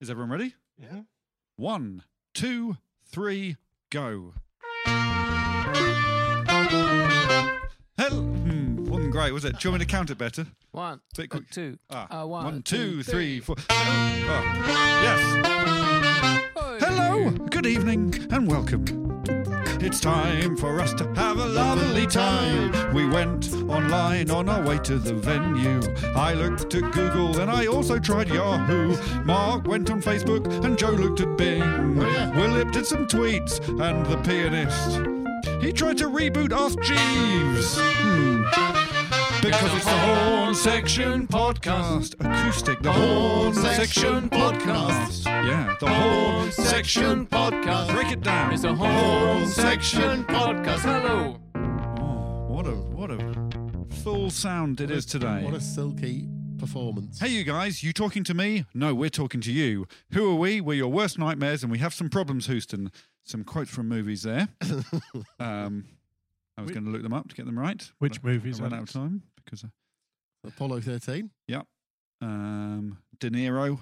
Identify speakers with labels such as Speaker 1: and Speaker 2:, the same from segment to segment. Speaker 1: Is everyone ready? Yeah. One, two, three, go. Hell, hmm, wasn't great, was it? Do you want me to count it better?
Speaker 2: One,
Speaker 1: Bit
Speaker 2: uh,
Speaker 1: quick.
Speaker 2: two,
Speaker 1: Ah,
Speaker 2: uh,
Speaker 1: one, two, three, four. Oh, yes.
Speaker 2: Oi.
Speaker 1: Hello, good evening, and welcome. It's time for us to have a lovely time. We went online on our way to the venue. I looked at Google and I also tried Yahoo. Mark went on Facebook and Joe looked at Bing. Willip did some tweets and the pianist. He tried to reboot Ask Jeeves. Hmm. Because it's the Horn Section Podcast. Acoustic, the Horn Section Podcast. Yeah, the Horn Section Podcast. Break it down.
Speaker 2: It's a whole section podcast. Hello.
Speaker 1: What a what a full sound it is today.
Speaker 3: What a silky performance.
Speaker 1: Hey, you guys, you talking to me? No, we're talking to you. Who are we? We're your worst nightmares, and we have some problems, Houston. Some quotes from movies there. um, I was going to look them up to get them right.
Speaker 4: Which
Speaker 1: but I-
Speaker 4: movies,
Speaker 1: I ran out of
Speaker 4: Alex?
Speaker 1: time because, I,
Speaker 3: Apollo 13.
Speaker 1: yeah, um, De Niro.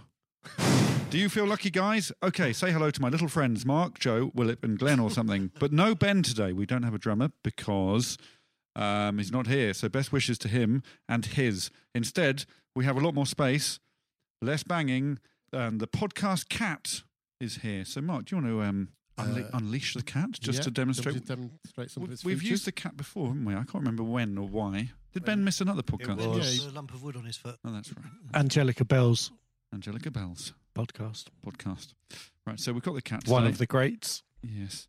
Speaker 1: Do you feel lucky, guys? Okay, say hello to my little friends Mark, Joe, Willip, and Glenn, or something. but no Ben today. We don't have a drummer because um, he's not here. So best wishes to him and his. Instead, we have a lot more space, less banging, and the podcast cat is here. So Mark, do you want to um, unle-
Speaker 3: Uh,
Speaker 1: unleash the cat just
Speaker 3: Yeah,
Speaker 1: to demonstrate?
Speaker 3: to demonstrate some of
Speaker 1: We've,
Speaker 3: its
Speaker 1: we've
Speaker 3: features.
Speaker 1: used the cat before, haven't we? I can't remember when or why. Did Ben miss another podcast?
Speaker 3: was- Yeah,
Speaker 5: a lump of wood on his foot.
Speaker 1: Oh, that's right.
Speaker 4: Angelica Bell's
Speaker 1: Angelica Bell's
Speaker 4: podcast.
Speaker 1: podcast. Right, so we've got the cat.
Speaker 4: One
Speaker 1: today.
Speaker 4: of the greats.
Speaker 1: Yes.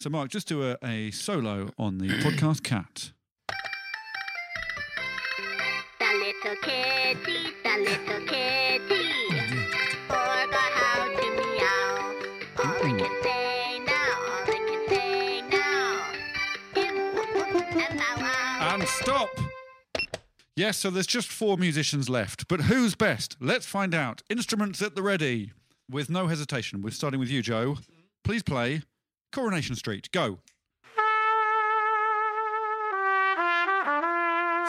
Speaker 1: So, Mark, just do a, a solo on the podcast cat.
Speaker 6: The little kitty, the little kitty, forgot how to meow. All I can say now, all I can say now, is and bow wow.
Speaker 1: And stop! Yes, so there's just four musicians left, but who's best? Let's find out. Instruments at the ready. With no hesitation, we're starting with you, Joe. Please play Coronation Street. Go.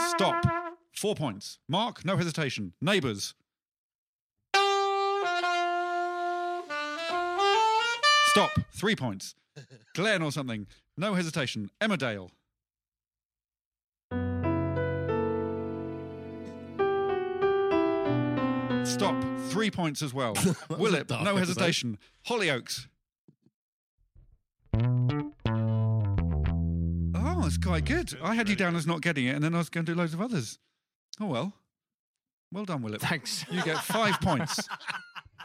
Speaker 1: Stop. Four points. Mark, no hesitation. Neighbours. Stop. Three points. Glenn or something. No hesitation. Emmerdale. Stop. Three points as well.
Speaker 3: was a
Speaker 1: Willip,
Speaker 3: dark
Speaker 1: no
Speaker 3: episode.
Speaker 1: hesitation. Hollyoaks. Oh, that's quite good. I had you down as not getting it, and then I was going to do loads of others. Oh well. Well done, Willip.
Speaker 2: Thanks.
Speaker 1: You get five points.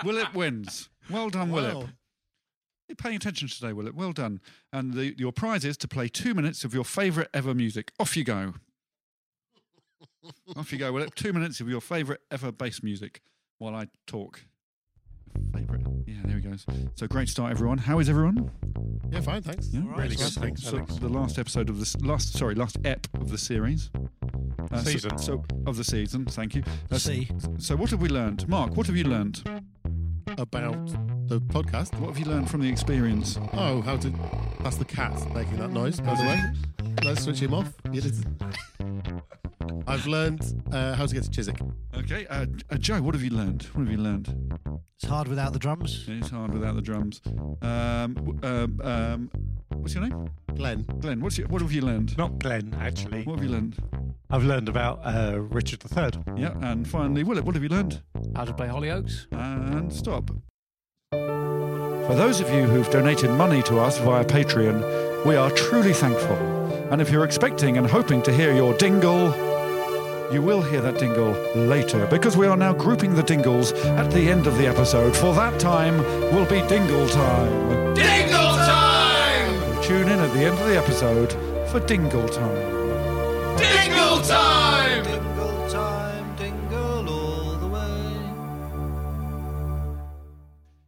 Speaker 1: Willip wins. Well done, Willip.
Speaker 3: Wow.
Speaker 1: You're paying attention today, Willip. Well done. And the, your prize is to play two minutes of your favourite ever music. Off you go. Off you go, Willip. Two minutes of your favourite ever bass music while I talk. Favourite. Yeah, there he goes. So great start, everyone. How is everyone?
Speaker 3: Yeah, fine, thanks.
Speaker 1: Yeah,
Speaker 4: Really good.
Speaker 3: Fine,
Speaker 4: Thanks,
Speaker 1: So
Speaker 4: Alex.
Speaker 1: the last episode of this last sorry last ep of the series Uh, so-
Speaker 4: Season.
Speaker 1: so, of the season thank you Uh, so-
Speaker 5: See,
Speaker 1: so what have we learned mark what have you learned
Speaker 3: About the podcast.
Speaker 1: what have you learned from the experience
Speaker 3: Oh, how to. That's the cat making that noise, by the way. Let's switch him off. It is- I've learned uh, how to get to Chiswick.
Speaker 1: okay uh, uh, joe what have you learned what have you learned
Speaker 5: it's hard without the drums.
Speaker 1: it's hard without the drums um, w- um, um, what's your name
Speaker 3: Glenn.
Speaker 1: glenn what's your, what have you learned
Speaker 4: Not Glenn, actually.
Speaker 1: what have you learned
Speaker 4: I've learned about uh, Richard III.
Speaker 1: yeah and finally willett what have you learned
Speaker 2: How to play Hollyoaks?
Speaker 1: And stop. For those of you who've donated money to us via Patreon, we are truly thankful. And if you're expecting and hoping to hear your dingle, you will hear that dingle later because we are now grouping the dingles at the end of the episode. For that time will be dingle time. Dingle time! Tune in at the end of the episode for dingle time.
Speaker 5: Dingle time, dingle all the way.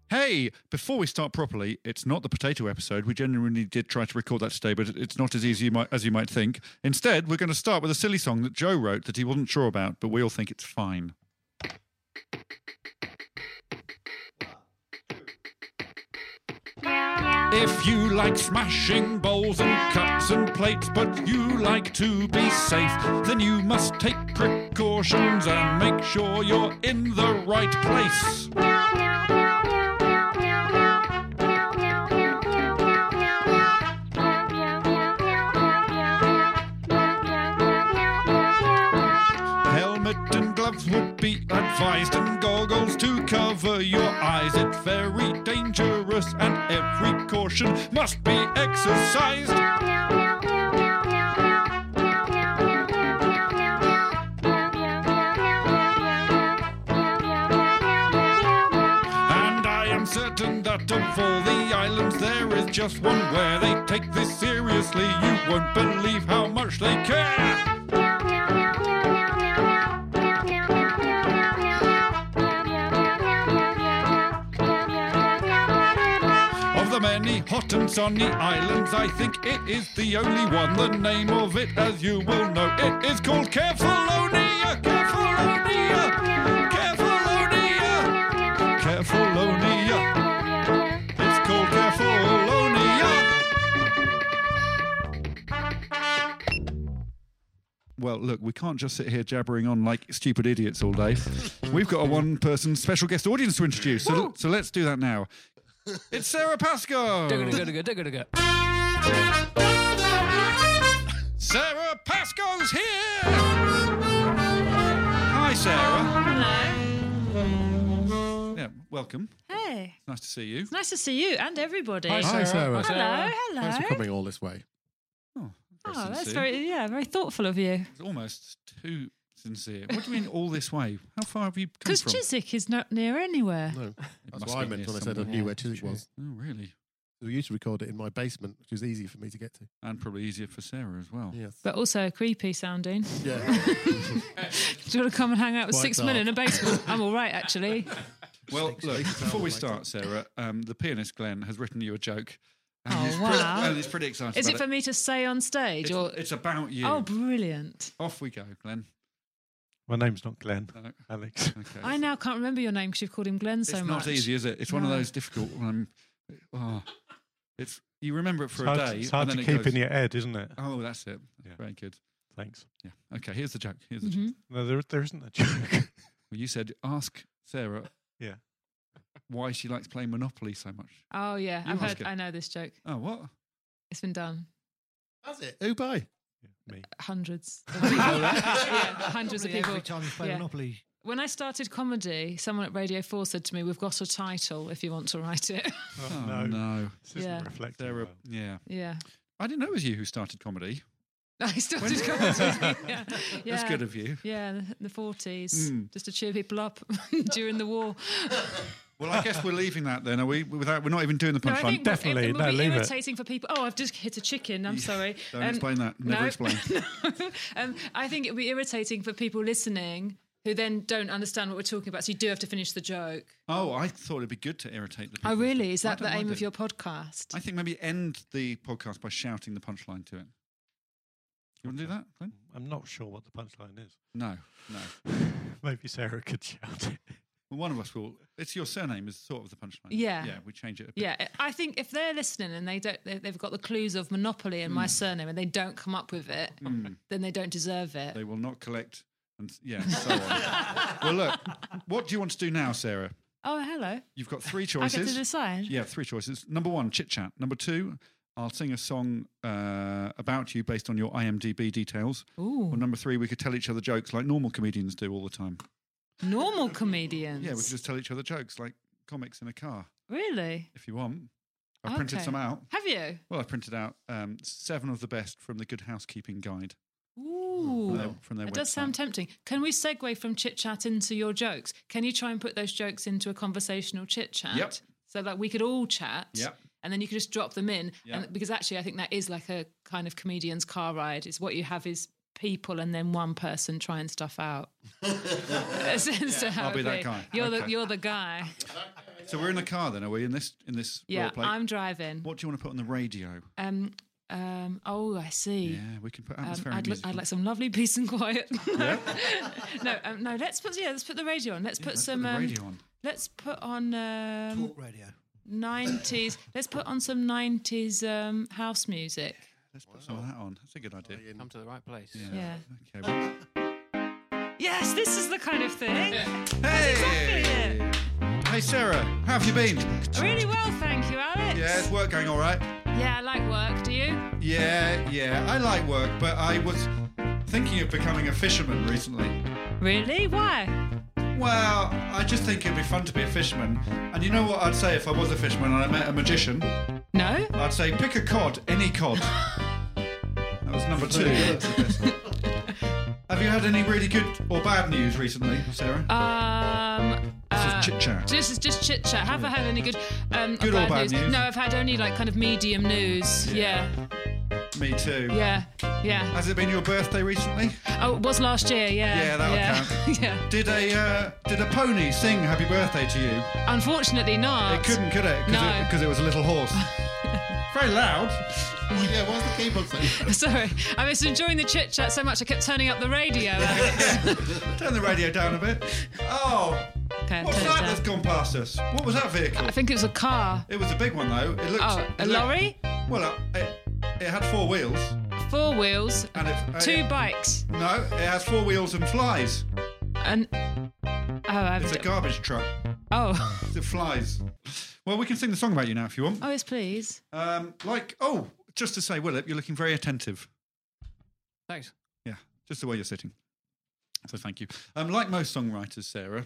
Speaker 1: Hey, before we start properly, it's not the potato episode. We genuinely did try to record that today, but it's not as easy you might, as you might think. Instead, we're going to start with a silly song that Joe wrote that he wasn't sure about, but we all think it's fine. If you like smashing bowls and cups and plates, but you like to be safe, then you must take precautions and make sure you're in the right place. Helmet and gloves would be advised, and goggles to cover your eyes. It's very dangerous, and every caution must be exercised. And I am certain that of all the islands, there is just one where they take this seriously. You won't believe how much they care. Of the many hot and sunny islands, I think it is the only one. The name of it, as you will know, it is called Kefalonia. Kefalonia. Kefalonia. Kefalonia. It's called Kefalonia. Well, look, we can't just sit here jabbering on like stupid idiots all day. We've got a one person special guest audience to introduce, so, so let's do that now. It's Sarah Pascoe.
Speaker 7: Digga-digga-digga, digga-digga.
Speaker 1: Sarah Pascoe's here! Hi, Sarah.
Speaker 8: Hello.
Speaker 1: Yeah, welcome.
Speaker 8: Hey.
Speaker 1: It's nice to see you.
Speaker 8: It's nice to see you and everybody.
Speaker 3: Hi, Sarah.
Speaker 8: Hello,
Speaker 3: Thanks for
Speaker 8: hello.
Speaker 3: coming all this way.
Speaker 1: Oh, very
Speaker 8: Oh, that's
Speaker 1: sincere.
Speaker 8: very yeah, very thoughtful of you.
Speaker 1: It's almost too sincere. What do you mean all this way? How far have you come
Speaker 8: Because
Speaker 1: from?
Speaker 8: Chiswick is not near anywhere.
Speaker 3: No,
Speaker 1: It
Speaker 3: that's
Speaker 1: must
Speaker 3: what I
Speaker 1: be
Speaker 3: meant
Speaker 1: near
Speaker 3: when I said I
Speaker 1: somewhere.
Speaker 3: knew where Chiswick was.
Speaker 1: Oh, really?
Speaker 3: We used to record it in my basement, which was easy for me to get to.
Speaker 1: And probably easier for Sarah as well.
Speaker 3: Yes.
Speaker 8: But also creepy sounding.
Speaker 3: Yeah.
Speaker 8: Do you want to come and hang out with
Speaker 3: Quite
Speaker 8: six
Speaker 3: dark.
Speaker 8: men in a basement? I'm all right, actually.
Speaker 1: Well, look, before we start, Sarah, um, the pianist Glenn has written you a joke. And
Speaker 8: Oh,
Speaker 1: he's
Speaker 8: wow.
Speaker 1: Pretty, and he's pretty excited.
Speaker 8: Is it
Speaker 1: about
Speaker 8: for me to say on stage
Speaker 1: It's,
Speaker 8: or?
Speaker 1: it's about you.
Speaker 8: Oh, brilliant!
Speaker 1: Off we go, Glenn.
Speaker 4: My name's not Glenn.
Speaker 1: No,
Speaker 4: Alex.
Speaker 1: okay.
Speaker 8: I now can't remember your name because you've called him Glenn so
Speaker 1: it's
Speaker 8: much.
Speaker 1: not easy, is it? It's one of
Speaker 8: No.
Speaker 1: those difficult. Um, oh, it's you remember it for
Speaker 4: it's hard,
Speaker 1: a day.
Speaker 4: it's hard
Speaker 1: and
Speaker 4: to
Speaker 1: then
Speaker 4: keep
Speaker 1: it goes,
Speaker 4: in your head, isn't it?
Speaker 1: Oh, that's it. That's
Speaker 4: Yeah.
Speaker 1: Very good.
Speaker 4: Thanks.
Speaker 1: Yeah. Okay. Here's the joke. Here's the joke.
Speaker 8: Mhm.
Speaker 4: No, there, there isn't a joke.
Speaker 1: Well, you said ask Sarah
Speaker 4: yeah.
Speaker 1: why she likes playing Monopoly so much.
Speaker 8: Oh yeah,
Speaker 1: You
Speaker 8: I've
Speaker 1: ask
Speaker 8: heard.
Speaker 1: it.
Speaker 8: I know this joke.
Speaker 1: Oh, what?
Speaker 8: It's been done
Speaker 3: That's it. Who by?
Speaker 4: yeah me.
Speaker 8: hundreds. Of people. yeah, hundreds of
Speaker 9: Probably
Speaker 8: people.
Speaker 9: Every time you play
Speaker 8: Yeah.
Speaker 9: Monopoly,
Speaker 8: When I started comedy, someone at Radio 4 said to me, We've got a title if you want to write it.
Speaker 4: Oh,
Speaker 1: Oh,
Speaker 4: no.
Speaker 1: no.
Speaker 4: This isn't
Speaker 8: Yeah.
Speaker 4: reflecting.
Speaker 1: Sarah.
Speaker 4: well.
Speaker 1: Yeah.
Speaker 8: yeah.
Speaker 1: I didn't know it was you who started comedy.
Speaker 8: I started comedy. yeah. yeah.
Speaker 1: That's good of you.
Speaker 8: Yeah, the, the 40s,
Speaker 1: Mm.
Speaker 8: just to cheer people up during the war.
Speaker 1: Well, I guess we're leaving that then. Are we? Without we're not even doing the
Speaker 8: No, I
Speaker 1: punchline.
Speaker 8: think
Speaker 4: Definitely,
Speaker 8: It, it would
Speaker 4: no,
Speaker 8: be
Speaker 4: leave it.
Speaker 8: irritating um, for people. Oh, I've just hit a chicken. I'm sorry.
Speaker 1: Don't explain that. Never explain.
Speaker 8: um, I think it would be irritating for people listening who then don't understand what we're talking about. So you do have to finish the joke.
Speaker 1: Oh, I thought it'd be good to irritate the.
Speaker 8: Oh,
Speaker 1: people.
Speaker 8: really? Is
Speaker 1: I
Speaker 8: that
Speaker 1: don't
Speaker 8: the aim
Speaker 1: mind
Speaker 8: of
Speaker 1: it.
Speaker 8: your podcast?
Speaker 1: I think maybe end the podcast by shouting the punchline to it. You want to do that? Glenn?
Speaker 4: I'm not sure what the punchline is.
Speaker 1: No, no.
Speaker 4: Maybe Sarah could shout it.
Speaker 1: Well, one of us will. It's your surname is sort of the punchline.
Speaker 8: Yeah.
Speaker 1: yeah. We change it. A bit.
Speaker 8: Yeah, I- I think if they're listening and they don't, they- they've got the clues of Monopoly and
Speaker 1: Hmm.
Speaker 8: my surname, and they don't come up with it, then they don't deserve it.
Speaker 1: They will not collect. And s- yeah, and so on. well, look. What do you want to do now, Sarah?
Speaker 8: oh, hello.
Speaker 1: You've got three
Speaker 8: I get
Speaker 1: choices.
Speaker 8: to decide.
Speaker 1: Yeah, three choices. Number one, chit chat. Number two, I'll sing a song uh, about you based on your IMDb details.
Speaker 8: Ooh.
Speaker 1: Or number three, we could tell each other jokes like normal comedians do all the time.
Speaker 8: Normal comedians.
Speaker 1: Yeah, we could just tell each other jokes like comics in a car
Speaker 8: really.
Speaker 1: if you want. I have printed
Speaker 8: Okay.
Speaker 1: some out.
Speaker 8: Have you?
Speaker 1: Well, I printed out um, seven of the best from the Good Housekeeping Guide
Speaker 8: Ooh.
Speaker 1: from their, from their
Speaker 8: It
Speaker 1: website.
Speaker 8: does sound tempting. Can we segue from chit chat into your jokes? Can you try and put those jokes into a conversational chit chat?
Speaker 1: Yep.
Speaker 8: So that we could all chat.
Speaker 1: Yep.
Speaker 8: And then you could just drop them in.
Speaker 1: Yep.
Speaker 8: And because actually I think that is like a kind of comedian's car ride. It's what you have is people and then one person trying stuff out. That's- that's how
Speaker 1: I'll
Speaker 8: it
Speaker 1: be
Speaker 8: would
Speaker 1: that guy.
Speaker 8: You're the
Speaker 1: Okay.
Speaker 8: you're the guy.
Speaker 1: So we're in the car then, are we? In this in this
Speaker 8: Yeah,
Speaker 1: role play.
Speaker 8: I'm driving.
Speaker 1: What do you want to put on the radio?
Speaker 8: Um, um, oh, I see.
Speaker 1: Yeah, we can put
Speaker 8: Um,
Speaker 1: atmospheric
Speaker 8: I'd, li-
Speaker 1: music.
Speaker 8: I'd like some lovely peace and quiet. no, um, no. Let's put yeah. Let's put the radio on. Let's put
Speaker 1: let's put
Speaker 8: some
Speaker 1: the
Speaker 8: um,
Speaker 1: radio on.
Speaker 8: Let's put on um,
Speaker 10: Talk radio.
Speaker 8: nineties. let's put on some nineties um, house music.
Speaker 1: Let's put some of that on. That's a good idea.
Speaker 11: Come to the right place.
Speaker 8: Yeah.
Speaker 1: Okay. well-
Speaker 8: Yes, this is the kind of thing.
Speaker 1: Hey! Hey, Sarah, how have you been?
Speaker 8: Really well, thank you, Alex.
Speaker 1: Yeah, is work going all right?
Speaker 8: Yeah, I like work. Do you?
Speaker 1: Yeah, yeah. I like work, but I was thinking of becoming a fisherman recently.
Speaker 8: Really? Why?
Speaker 1: Well, I just think it'd be fun to be a fisherman. And you know what I'd say if I was a fisherman and I met a magician?
Speaker 8: No.
Speaker 1: I'd say pick a cod, any cod. That was number two. Have you had any really good or bad news recently, Sarah?
Speaker 8: Um.
Speaker 1: this is chit chat.
Speaker 8: This is just chit chat. Have I had any good, um,
Speaker 1: Good or bad news?
Speaker 8: No, I've had only like kind of medium news. Yeah,
Speaker 1: Me too.
Speaker 8: yeah, yeah.
Speaker 1: Has it been your birthday recently?
Speaker 8: Oh, it was last year. Yeah,
Speaker 1: Yeah, that'll count.
Speaker 8: yeah.
Speaker 1: Did a uh, did a pony sing happy birthday to you?
Speaker 8: Unfortunately, not.
Speaker 1: It couldn't, could it? Because
Speaker 8: No.
Speaker 1: it, 'cause it was a little horse. Very loud.
Speaker 12: yeah, what's the keyboard saying?
Speaker 8: Sorry, I was enjoying the chit chat so much I kept turning up the radio.
Speaker 1: Turn the radio down a bit. Oh,
Speaker 8: okay,
Speaker 1: what's
Speaker 8: turn it
Speaker 1: that
Speaker 8: down.
Speaker 1: that's gone past us? What was that vehicle?
Speaker 8: I think it was a car.
Speaker 1: It was a big one though. It looked.
Speaker 8: Oh,
Speaker 1: it
Speaker 8: a
Speaker 1: looked-
Speaker 8: lorry,
Speaker 1: Well, uh, it, it had four wheels.
Speaker 8: four wheels,
Speaker 1: And if-
Speaker 8: two
Speaker 1: uh,
Speaker 8: bikes,
Speaker 1: No, it has four wheels and flies.
Speaker 8: and oh, I've
Speaker 1: It's a
Speaker 8: d-
Speaker 1: garbage truck.
Speaker 8: oh,
Speaker 1: It flies. Well, we can sing the song about you now if you want.
Speaker 8: oh yes, please.
Speaker 1: Um, like, oh, just to say, Willip, you're looking very attentive.
Speaker 11: Thanks.
Speaker 1: Yeah, just the way you're sitting. So thank you. Um, like most songwriters, Sarah,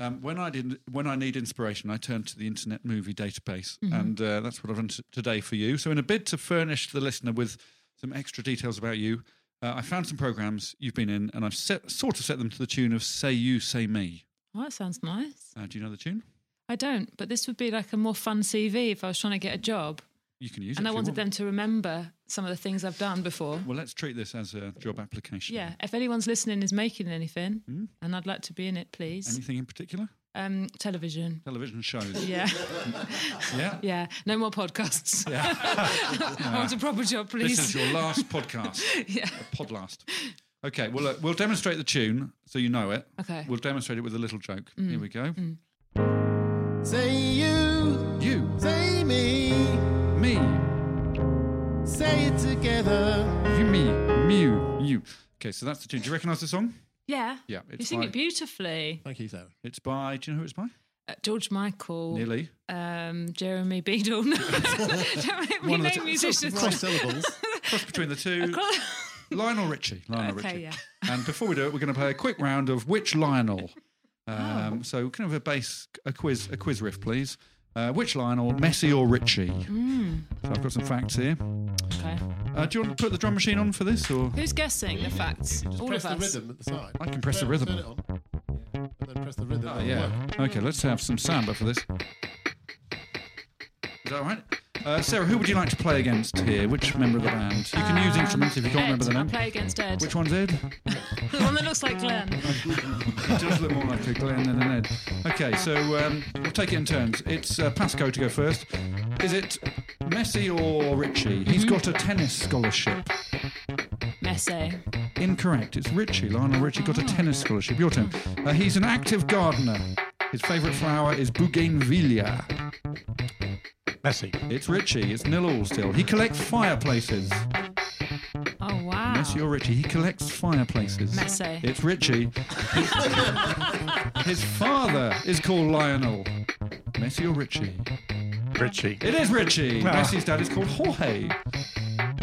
Speaker 1: um, when I did when I need inspiration, I turn to the Internet Movie Database,
Speaker 8: Mm-hmm.
Speaker 1: and uh, that's what I've done t- today for you. So, in a bid to furnish the listener with some extra details about you, uh, I found some programs you've been in, and I've set, sort of set them to the tune of "Say You, Say Me."
Speaker 8: Oh, that sounds nice.
Speaker 1: Uh, do you know the tune?
Speaker 8: I don't, but this would be like a more fun CV if I was trying to get a job.
Speaker 1: You can use
Speaker 8: and
Speaker 1: it.
Speaker 8: I
Speaker 1: if you
Speaker 8: wanted
Speaker 1: want.
Speaker 8: them to remember some of the things I've done before.
Speaker 1: Well, let's treat this as a job application.
Speaker 8: Yeah, if anyone's listening is making anything, and I'd like to be in it, please.
Speaker 1: Hmm? Anything in particular?
Speaker 8: Um, television.
Speaker 1: Television shows.
Speaker 8: Yeah,
Speaker 1: yeah.
Speaker 8: yeah. No more podcasts. I want a proper job, please.
Speaker 1: This is your last podcast.
Speaker 8: Yeah.
Speaker 1: A pod last. Okay, well, look, we'll demonstrate the tune so you know it.
Speaker 8: Okay. Mm.
Speaker 1: We'll demonstrate it with a little joke. Here we go.
Speaker 12: Say you,
Speaker 1: You,
Speaker 12: say me,
Speaker 1: me,
Speaker 12: say it together.
Speaker 1: you, me, mew, you. Okay, so that's the tune. Do you recognise the song?
Speaker 8: yeah.
Speaker 1: Yeah,
Speaker 8: You
Speaker 1: it's
Speaker 8: sing
Speaker 1: fine.
Speaker 8: it beautifully.
Speaker 12: Thank you, Sarah.
Speaker 1: It's by, do you know who it's by?
Speaker 8: Uh, George Michael,
Speaker 1: Nearly.
Speaker 8: um, Jeremy Beadle. No, don't make me
Speaker 1: One
Speaker 8: name
Speaker 1: of the two-
Speaker 8: musicians.
Speaker 12: Cross syllables.
Speaker 1: Cross between the two. Lionel Richie. Lionel
Speaker 8: Okay,
Speaker 1: Richie.
Speaker 8: yeah.
Speaker 1: And before we do it, we're going to play a quick round of which Lionel.
Speaker 12: Oh.
Speaker 1: Um, So kind of a base, a quiz, a quiz riff, please. Uh, which Lionel, Messi or Richie? So I've got some facts here.
Speaker 8: Hmm, okay.
Speaker 1: Uh, do you want to put the drum machine on for this, or
Speaker 8: Who's guessing the facts? All
Speaker 12: press
Speaker 8: of
Speaker 12: the
Speaker 8: us.
Speaker 12: rhythm at the side.
Speaker 1: I can press the
Speaker 12: Turn-
Speaker 1: rhythm.
Speaker 12: Turn it on. And then press the rhythm.
Speaker 1: Oh,
Speaker 12: it'll
Speaker 1: yeah.
Speaker 12: work.
Speaker 1: Okay, let's have some samba for this. Is that all right? Uh, Sarah, who would you like to play against here? Which member of the band? You can
Speaker 12: Uh,
Speaker 1: use instruments if you
Speaker 8: Ed,
Speaker 1: can't remember the
Speaker 8: I
Speaker 1: name.
Speaker 8: play against Ed.
Speaker 1: Which one's Ed?
Speaker 8: The one that looks like Glenn.
Speaker 1: It does look more like a Glenn than an Ed. Okay, so um, we'll take it in turns. It's uh, Pasco to go first. Is it Messi or Richie? He's got a tennis scholarship.
Speaker 8: Messy.
Speaker 1: Incorrect. It's Richie. Lionel Richie got a tennis scholarship. Your turn. Uh, he's an active gardener. His favourite flower is bougainvillea.
Speaker 2: Messy.
Speaker 1: It's Richie. It's nil all still. He collects fireplaces.
Speaker 8: Oh wow.
Speaker 1: Messi or Richie? He collects fireplaces.
Speaker 8: Messi.
Speaker 1: It's Richie. His father is called Lionel. Messi or Richie?
Speaker 2: Richie.
Speaker 1: It is Richie.
Speaker 2: Ah.
Speaker 1: Messi's dad is called Jorge.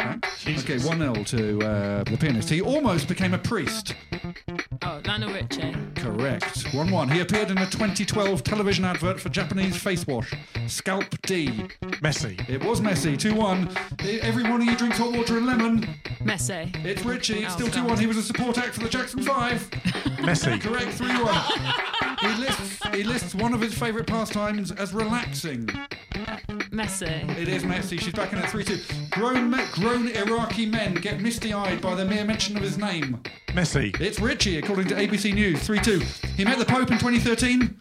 Speaker 1: Okay,
Speaker 2: Jesus.
Speaker 1: 1 0 to uh, the pianist. He almost became a priest.
Speaker 8: Oh, Lionel Richie.
Speaker 1: Correct. 1 1. He appeared in a 2012 television advert for Japanese face wash, Scalp D.
Speaker 2: Messy.
Speaker 1: It was messy. 2 1. E, Every morning he drinks hot water and lemon.
Speaker 8: Messy.
Speaker 1: It's Richie. It's
Speaker 8: Oh,
Speaker 1: still 2
Speaker 8: God.
Speaker 1: 1. He was a support act for the Jackson 5.
Speaker 2: Messy.
Speaker 1: Correct. 3 1. He lists, he lists one of his favourite pastimes as relaxing.
Speaker 8: Messy.
Speaker 1: It is Messi. She's back in at 3 2. Grown, me- grown Iraqi men get misty eyed by the mere mention of his name.
Speaker 2: Messy.
Speaker 1: It's Richie, according to ABC News. 3 2. He met the Pope in 2013.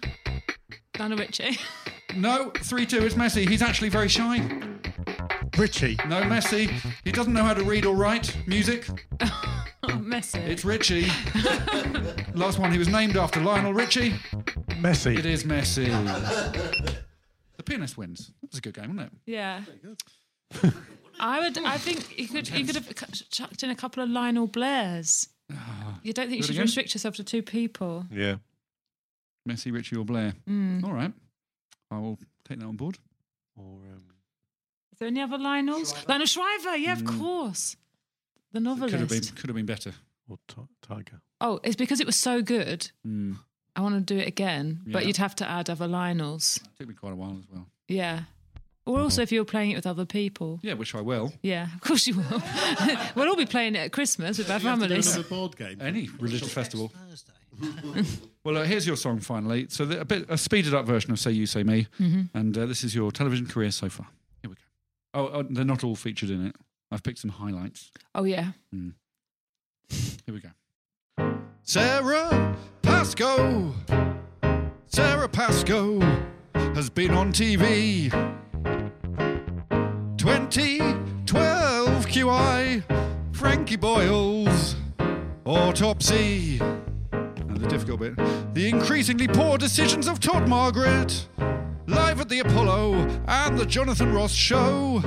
Speaker 8: Lionel Richie.
Speaker 1: No, 3 2, it's Messi. He's actually very shy.
Speaker 2: Richie.
Speaker 1: No, Messi. He doesn't know how to read or write music.
Speaker 8: Messi.
Speaker 1: It's Richie. Last one, he was named after Lionel Richie.
Speaker 2: Messi.
Speaker 1: It is Messi. the pianist wins. That was a good game, wasn't it?
Speaker 8: Yeah. I would. I think you could. You could have cu- chucked in a couple of Lionel Blairs. You don't think you
Speaker 1: Do it
Speaker 8: should
Speaker 1: again?
Speaker 8: restrict yourself to two people?
Speaker 4: Yeah.
Speaker 1: Messi, Richie, or Blair. All right. I will take that on board.
Speaker 4: Or um,
Speaker 8: Is there any other Lionels? Lionel Shriver. Yeah, of course. The
Speaker 1: Hmm. Could have
Speaker 8: novelist.
Speaker 1: been could have been better.
Speaker 4: or t- Tiger.
Speaker 8: Oh, it's because it was so good.
Speaker 1: Mm.
Speaker 8: I want to do it again, but
Speaker 1: Yeah.
Speaker 8: you'd have to add other Lionels.
Speaker 1: took me quite a while as well.
Speaker 8: Yeah. Or
Speaker 3: Uh-huh.
Speaker 8: also if you were playing it with other people.
Speaker 1: Yeah, which I will.
Speaker 8: Yeah, of course you will. we'll all be playing it at Christmas with our
Speaker 3: You have to do
Speaker 8: families.
Speaker 3: another board game.
Speaker 1: Any religious festival. Well, uh, here's your song finally. So the, a bit a speeded up version of "Say You, Say Me,"
Speaker 8: Mm-hmm. Mm.
Speaker 1: and uh, this is your television career so far. Here we go. Oh, oh, they're not all featured in it. I've picked some highlights.
Speaker 8: Oh yeah.
Speaker 1: Here we go. Sarah Pascoe. Sarah Pascoe has been on TV. 2012 QI. Frankie Boyle's autopsy. And the difficult bit. The increasingly poor decisions of Todd Margaret. Live at the Apollo and the Jonathan Ross Show.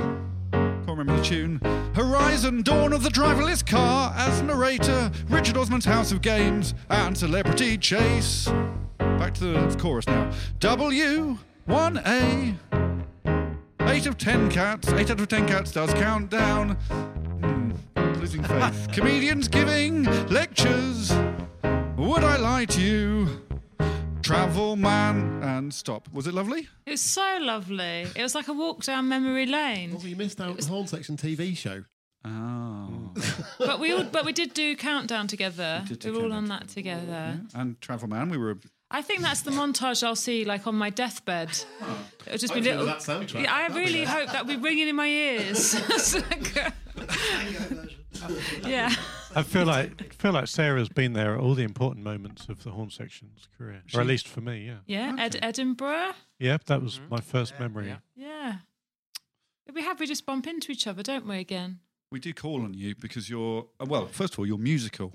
Speaker 1: Can't remember the tune. Horizon, Dawn of the Driverless Car as narrator, Richard Osman's House of Games and Celebrity Chase. Back to the chorus now. W1A. 8 of 10 cats, 8 out of 10 cats does countdown. Hmm, losing faith. Comedians giving lectures. Would I lie to you? Travel man and stop. Was it lovely?
Speaker 8: It was so lovely. It was like a walk down memory lane.
Speaker 3: Oh, you missed out the Horn Section TV show.
Speaker 1: Oh.
Speaker 8: But we all, but we did do countdown together.
Speaker 1: did do
Speaker 8: We were all
Speaker 1: Countdown
Speaker 8: on that together.
Speaker 1: And travel man, we were
Speaker 8: I think that's the montage I'll see like on my deathbed. It'll just be
Speaker 3: Hopefully
Speaker 8: little.
Speaker 3: with that soundtrack.
Speaker 8: Yeah, I really hope that'll be ringing in my ears. It's like, uh, yeah.
Speaker 4: I feel like feel like Sarah's been there at all the important moments of the horn section's career, or at least for me. Yeah.
Speaker 8: Yeah, Ed- Edinburgh.
Speaker 4: Yeah, that
Speaker 2: Mm-hmm.
Speaker 4: was my first memory.
Speaker 8: Yeah. It'd be happy we just bump into each other, don't we, again?
Speaker 1: We do call on you because you're uh, well. First of all, you're musical.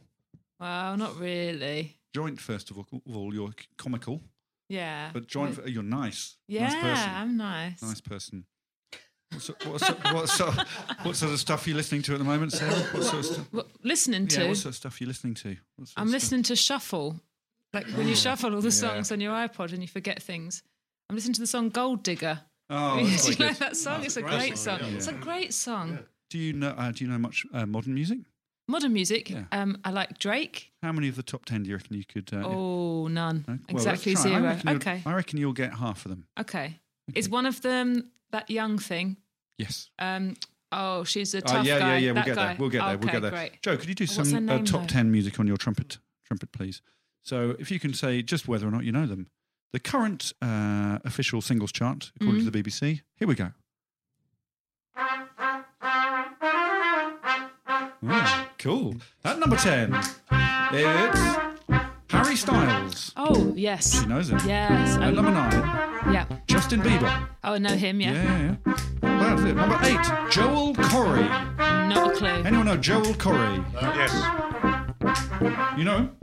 Speaker 8: Well, not really.
Speaker 1: Joint first of all, of all, you're c- comical,
Speaker 8: Yeah.
Speaker 1: but joint. You're nice.
Speaker 8: yeah,
Speaker 1: nice person.
Speaker 8: I'm nice.
Speaker 1: Nice person. What sort, what, sort, what, sort, what sort of stuff are you listening to at the moment, Sarah? What sort of stuff?
Speaker 8: Well, listening to.
Speaker 1: Yeah, what sort of stuff are you listening to? What sort
Speaker 8: I'm
Speaker 1: of
Speaker 8: listening to shuffle. Like when you shuffle all the
Speaker 1: Yeah.
Speaker 8: songs on your iPod and you forget things. I'm listening to the song Gold Digger.
Speaker 1: Stuff? Oh,
Speaker 8: Do
Speaker 1: that's
Speaker 8: you
Speaker 1: quite
Speaker 8: know
Speaker 1: good.
Speaker 8: that song?
Speaker 3: That's
Speaker 8: it's a
Speaker 3: a great
Speaker 8: great,
Speaker 3: song,
Speaker 8: song.
Speaker 3: yeah.
Speaker 8: It's a great song.
Speaker 1: Do you know? Uh, do you know much uh, modern music?
Speaker 8: Modern music.
Speaker 1: Yeah.
Speaker 8: Um, I like Drake.
Speaker 1: How many of the top ten do you reckon you could? Uh,
Speaker 8: Oh, none.
Speaker 1: no? Well, let's
Speaker 8: exactly
Speaker 1: try. I
Speaker 8: zero.
Speaker 1: reckon you'll-
Speaker 8: Okay.
Speaker 1: I reckon you'll get half of them.
Speaker 8: Okay. Is one of them that young thing?
Speaker 1: Yes.
Speaker 8: Um, oh, she's a
Speaker 1: Oh
Speaker 8: tough
Speaker 1: yeah,
Speaker 8: guy.
Speaker 1: yeah, yeah. We'll
Speaker 8: that
Speaker 1: get
Speaker 8: guy.
Speaker 1: there. We'll get there.
Speaker 8: okay,
Speaker 1: we'll get there.
Speaker 8: Great.
Speaker 1: Joe, could you do
Speaker 8: Oh, what's her
Speaker 1: some uh,
Speaker 8: name,
Speaker 1: top
Speaker 8: though?
Speaker 1: ten music on your trumpet, trumpet, please? So, if you can say just whether or not you know them, the current uh, official singles chart according
Speaker 8: Mm-hmm.
Speaker 1: to the BBC. Here we go. Ah, cool. At number ten, it's Harry Styles.
Speaker 8: Oh yes.
Speaker 1: She knows him.
Speaker 8: Yes.
Speaker 1: At
Speaker 8: Oh,
Speaker 1: number nine,
Speaker 8: yeah.
Speaker 1: Justin Bieber.
Speaker 8: Oh, I know him.
Speaker 1: Yeah,
Speaker 8: Yeah.
Speaker 1: yeah, yeah. That's it. Number eight, Joel Corey.
Speaker 8: Not a clue.
Speaker 1: Anyone know Joel Corey?
Speaker 4: Yes.
Speaker 1: You know him?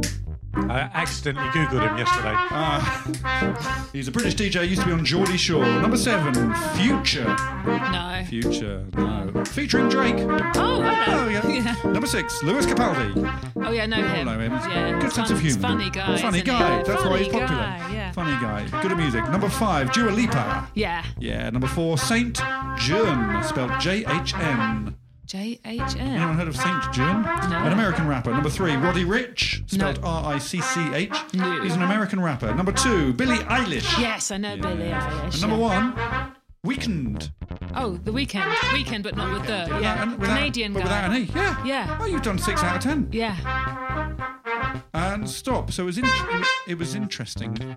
Speaker 4: I accidentally Googled him yesterday.
Speaker 1: Ah. He's a British DJ, used to be on Geordie Shore. Number seven, Future.
Speaker 8: No.
Speaker 1: Future, no. Featuring Drake.
Speaker 8: Oh, hello.
Speaker 1: Oh, yeah. Number six, Lewis Capaldi.
Speaker 8: Oh yeah, I know him.
Speaker 1: Hello, him.
Speaker 8: Yeah,
Speaker 1: Good sense of
Speaker 8: fun-
Speaker 1: humour.
Speaker 8: Funny guy.
Speaker 1: Funny
Speaker 8: isn't he?
Speaker 1: guy. That's
Speaker 8: funny
Speaker 1: why he's popular.
Speaker 8: Guy, yeah.
Speaker 1: Funny guy. Good at music. Number five, Dua Lipa.
Speaker 8: Yeah.
Speaker 1: Yeah. Number four, Saint Jern, spelled J H N.
Speaker 8: J H N.
Speaker 1: Anyone heard of Saint Jern?
Speaker 8: No.
Speaker 1: An American rapper. Number three, Roddy Rich, spelled
Speaker 8: No.
Speaker 1: R I C C H.
Speaker 8: No.
Speaker 1: He's an American rapper. Number two, Billie Eilish.
Speaker 8: Yes, I know Billy Eilish.
Speaker 1: And number
Speaker 8: yeah.
Speaker 1: one, Weekend.
Speaker 8: Oh, the weekend. Weekend, but not with the yeah.
Speaker 1: Without- without-
Speaker 8: Canadian
Speaker 1: but
Speaker 8: guy.
Speaker 1: Without an E, yeah.
Speaker 8: Yeah.
Speaker 1: Oh, you've done six out of ten.
Speaker 8: Yeah.
Speaker 1: And stop. So it was, in- it was interesting.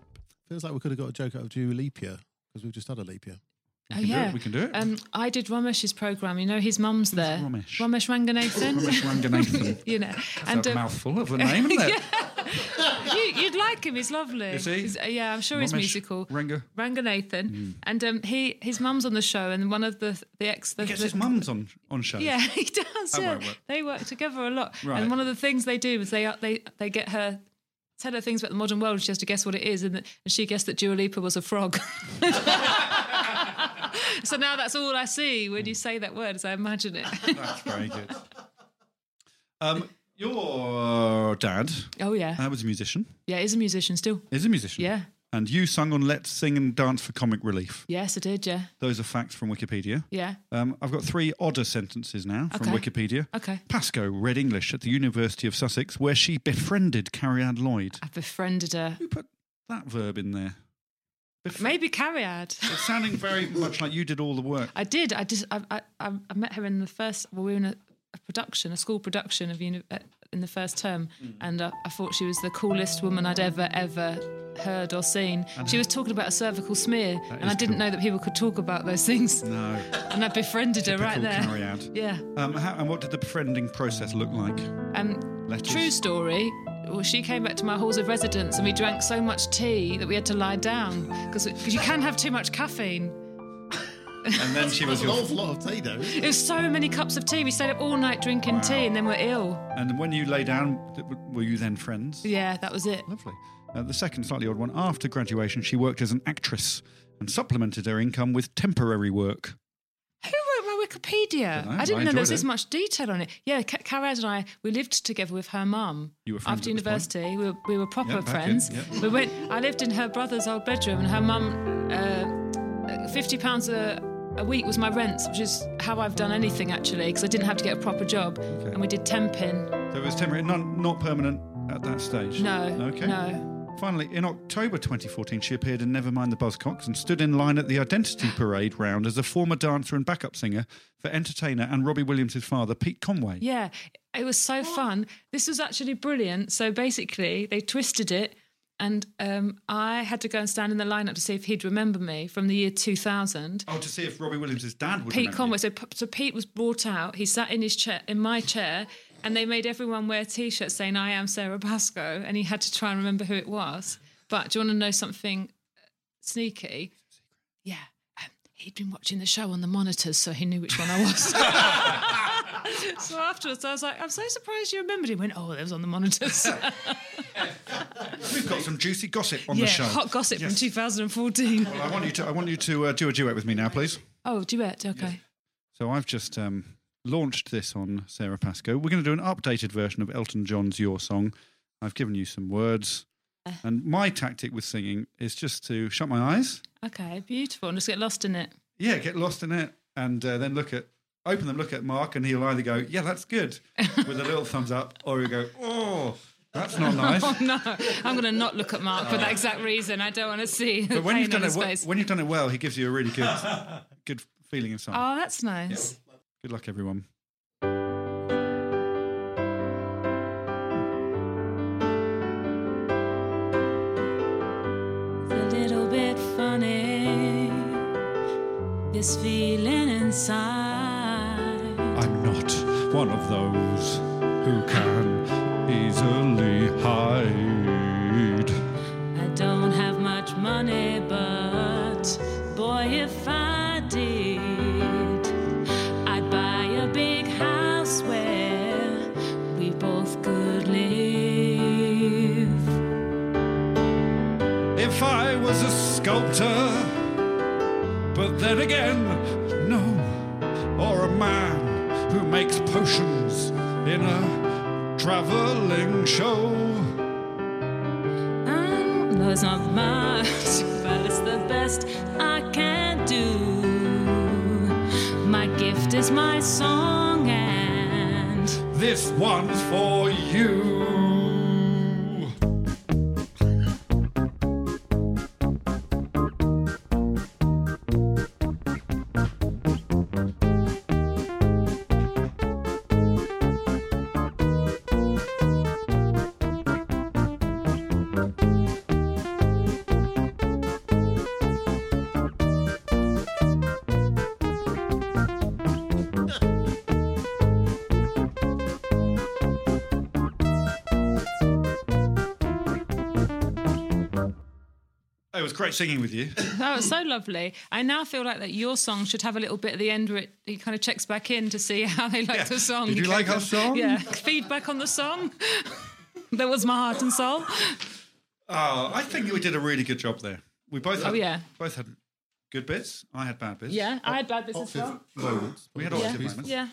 Speaker 3: Feels like we could have got a joke out of Jew leap year because we've just had a leap year.
Speaker 8: Oh
Speaker 1: do it,
Speaker 8: yeah.
Speaker 1: we can do it.
Speaker 8: Um, I did Ramesh's program. You know, his mum's there.
Speaker 1: Ramesh?
Speaker 8: Ranganathan.
Speaker 1: Ramesh Ranganathan.
Speaker 8: you know,
Speaker 1: It's a
Speaker 8: um,
Speaker 1: mouthful of a name, isn't it?
Speaker 8: you, you'd like him. He's lovely.
Speaker 1: Is he? Hmm.
Speaker 8: He's- uh, yeah, I'm sure he's
Speaker 1: Ramesh
Speaker 8: musical.
Speaker 1: Ranga.
Speaker 8: Ranganathan, and um, he his mum's on the show, and one of the the ex the,
Speaker 1: He gets
Speaker 8: the-
Speaker 1: his mum's on on shows.
Speaker 8: Yeah, he does.
Speaker 1: That
Speaker 8: yeah.
Speaker 1: won't work.
Speaker 8: They work together a lot.
Speaker 1: Right.
Speaker 8: And one of the things they do is they they they get her tell her things about the modern world. and She has to guess what it is, and, th- and she guessed that Dua Lipa was a frog. so now that's all I see when you say that word, as I imagine it.
Speaker 1: That's very good. Um, your dad
Speaker 8: oh yeah,
Speaker 1: uh, was a musician.
Speaker 8: yeah. Is a musician still?
Speaker 1: Is a musician.
Speaker 8: Yeah.
Speaker 1: And you sung on Let's Sing and Dance for Comic Relief.
Speaker 8: Yes, I did. Yeah.
Speaker 1: Those are facts from Wikipedia.
Speaker 8: Yeah.
Speaker 1: Um, I've got three odder sentences now from
Speaker 8: Okay.
Speaker 1: Wikipedia.
Speaker 8: Okay.
Speaker 1: Pascoe read English at the University of Sussex, where she befriended Carrie Ann Lloyd.
Speaker 8: I befriended her.
Speaker 1: That verb in there.
Speaker 8: Maybe Carriad.
Speaker 1: It's sounding very much like you did all the work.
Speaker 8: I did. I just I, I I I met her in the first. Well, we were in a, a production, a school production of uni, uh, in the first term,
Speaker 1: Mm.
Speaker 8: and uh, I, I thought she was the coolest woman I'd ever ever heard or seen.
Speaker 1: And-
Speaker 8: she was talking about a cervical smear,
Speaker 1: That
Speaker 8: and I
Speaker 1: is
Speaker 8: didn't
Speaker 1: cool.
Speaker 8: know that people could talk about those things.
Speaker 1: No.
Speaker 8: And I befriended her right
Speaker 1: Typical
Speaker 8: there.
Speaker 1: Carriad.
Speaker 8: Yeah.
Speaker 1: Um, how, and what did the befriending process look like?
Speaker 8: Um,
Speaker 1: Letters.
Speaker 8: True story. Well, she came back to my halls of residence, and we drank so much tea that we had to lie down because you can have too much caffeine.
Speaker 1: And then she was
Speaker 3: An
Speaker 1: your.
Speaker 3: awful lot of tea, though. isn't
Speaker 8: It was so many cups of tea. We stayed up all night drinking
Speaker 1: Wow.
Speaker 8: tea, and then we're ill.
Speaker 1: And when you lay down, th- were you then friends?
Speaker 8: Yeah, that was it.
Speaker 1: Lovely. Uh, the second, slightly odd one. After graduation, she worked as an actress and supplemented her income with temporary work.
Speaker 8: Who wrote my Wikipedia?
Speaker 1: Dunno,
Speaker 8: I
Speaker 1: I
Speaker 8: didn't know there was
Speaker 1: enjoyed
Speaker 8: this
Speaker 1: it.
Speaker 8: much detail on it. Yeah, Ca- Carad and I, we lived together with her mum.
Speaker 1: You were friends
Speaker 8: After
Speaker 1: at this point?
Speaker 8: university, we were, we were proper
Speaker 1: Yeah, back in,
Speaker 8: friends.
Speaker 1: yeah.
Speaker 8: We went. I lived in her brother's old bedroom, and her mum, uh, fifty pounds a a week was my rent, which is how I've done anything actually, because I didn't have to get a proper job. And we did temping.
Speaker 1: So it was temporary, not, not permanent at that stage.
Speaker 8: No,
Speaker 1: Okay.
Speaker 8: no.
Speaker 1: Finally, in October 2014, she appeared in Nevermind the Buzzcocks and stood in line at the Identity Parade round as a former dancer and backup singer for entertainer and Robbie Williams' father, Pete Conway.
Speaker 8: Yeah, it was so fun. This was actually brilliant. So basically, they twisted it, and um, I had to go and stand in the lineup to see if he'd remember me from the year 2000.
Speaker 1: Oh, to see if Robbie Williams' dad would
Speaker 8: Pete
Speaker 1: remember
Speaker 8: Conway.
Speaker 1: you.
Speaker 8: So, P- so Pete was brought out. He sat in his chair, in my chair, and they made everyone wear T-shirts saying "I am Sarah Pascoe," and he had to try and remember who it was. But do you want to know something uh, sneaky? Yeah, um, he'd been watching the show on the monitors, so he knew which one I was. so afterwards, I was like, "I'm so surprised you remembered." He went, "Oh, that was on the monitors."
Speaker 1: We've got some juicy gossip on
Speaker 8: yeah,
Speaker 1: the show.
Speaker 8: hot gossip from
Speaker 1: Yes.
Speaker 8: 2014.
Speaker 1: Well, I want you to, I want you to uh, do a duet with me now, please.
Speaker 8: Oh, duet. Okay.
Speaker 1: So I've just um, launched this on Sarah Pascoe. We're going to do an updated version of Elton John's Your Song. I've given you some words.
Speaker 8: Uh.
Speaker 1: And my tactic with singing is just to shut my eyes.
Speaker 8: Okay, beautiful. And just get lost in it.
Speaker 1: Yeah, get lost in it. And uh, then look at, open them, look at Mark, and he'll either go, yeah, that's good, with a little thumbs up, or he'll go, oh, that's not nice.
Speaker 8: Oh no, I'm going to not look at Mark for that exact reason. I don't want to see the
Speaker 1: But when
Speaker 8: pain
Speaker 1: you've, done
Speaker 8: on
Speaker 1: it,
Speaker 8: his
Speaker 1: we-
Speaker 8: face.
Speaker 1: when you've done it well, he gives you a really good, good feeling inside.
Speaker 8: oh, that's nice.
Speaker 1: Good luck, everyone.
Speaker 8: It's a little bit funny. This feeling inside.
Speaker 1: I'm not one of those who can easily hide.
Speaker 8: I don't have much money, but boy, if I did, I'd buy a big house where we both could live.
Speaker 1: If I was a sculptor, but then again, no, or a man who makes potions in a traveling show.
Speaker 8: Um, no, it's not much, but it's the best I can do. My gift is my song, and
Speaker 1: This one's for you. It was great singing with you.
Speaker 8: That was so lovely. I now feel like that your song should have a little bit at the end where it, he kind of checks back in to see how they like the song.
Speaker 1: Did you like our song?
Speaker 8: Yeah. Feedback on the song. that was my heart and soul.
Speaker 1: Oh, I think we did a really good job there. We both had,
Speaker 8: Oh, yeah.
Speaker 1: both had good bits. I had bad bits.
Speaker 8: Yeah, I had bad bits as well.
Speaker 1: moments. We had all
Speaker 8: yeah.
Speaker 1: good moments.
Speaker 8: yeah.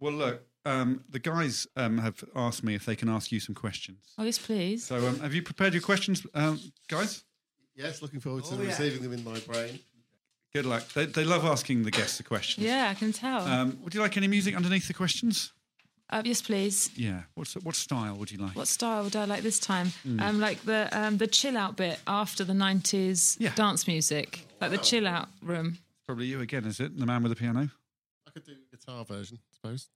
Speaker 1: Well, look, um, the guys um, have asked me if they can ask you some questions.
Speaker 8: Oh, yes, please.
Speaker 1: So, um, have you prepared your questions, um, guys?
Speaker 3: Yes, looking forward to
Speaker 8: Oh, yeah.
Speaker 3: receiving them in my brain.
Speaker 1: Good luck. They, they love asking the guests the questions.
Speaker 8: Yeah, I can tell.
Speaker 1: Um, would you like any music underneath the questions?
Speaker 8: uh, yes, please.
Speaker 1: Yeah. What's, what style would you like?
Speaker 8: What style would I like this time?
Speaker 1: Mm.
Speaker 8: Um, like the um, the chill out bit after the nineties dance music, like the chill out room.
Speaker 1: Probably you again, is it? The man with the piano.
Speaker 3: I could do a guitar version, I suppose.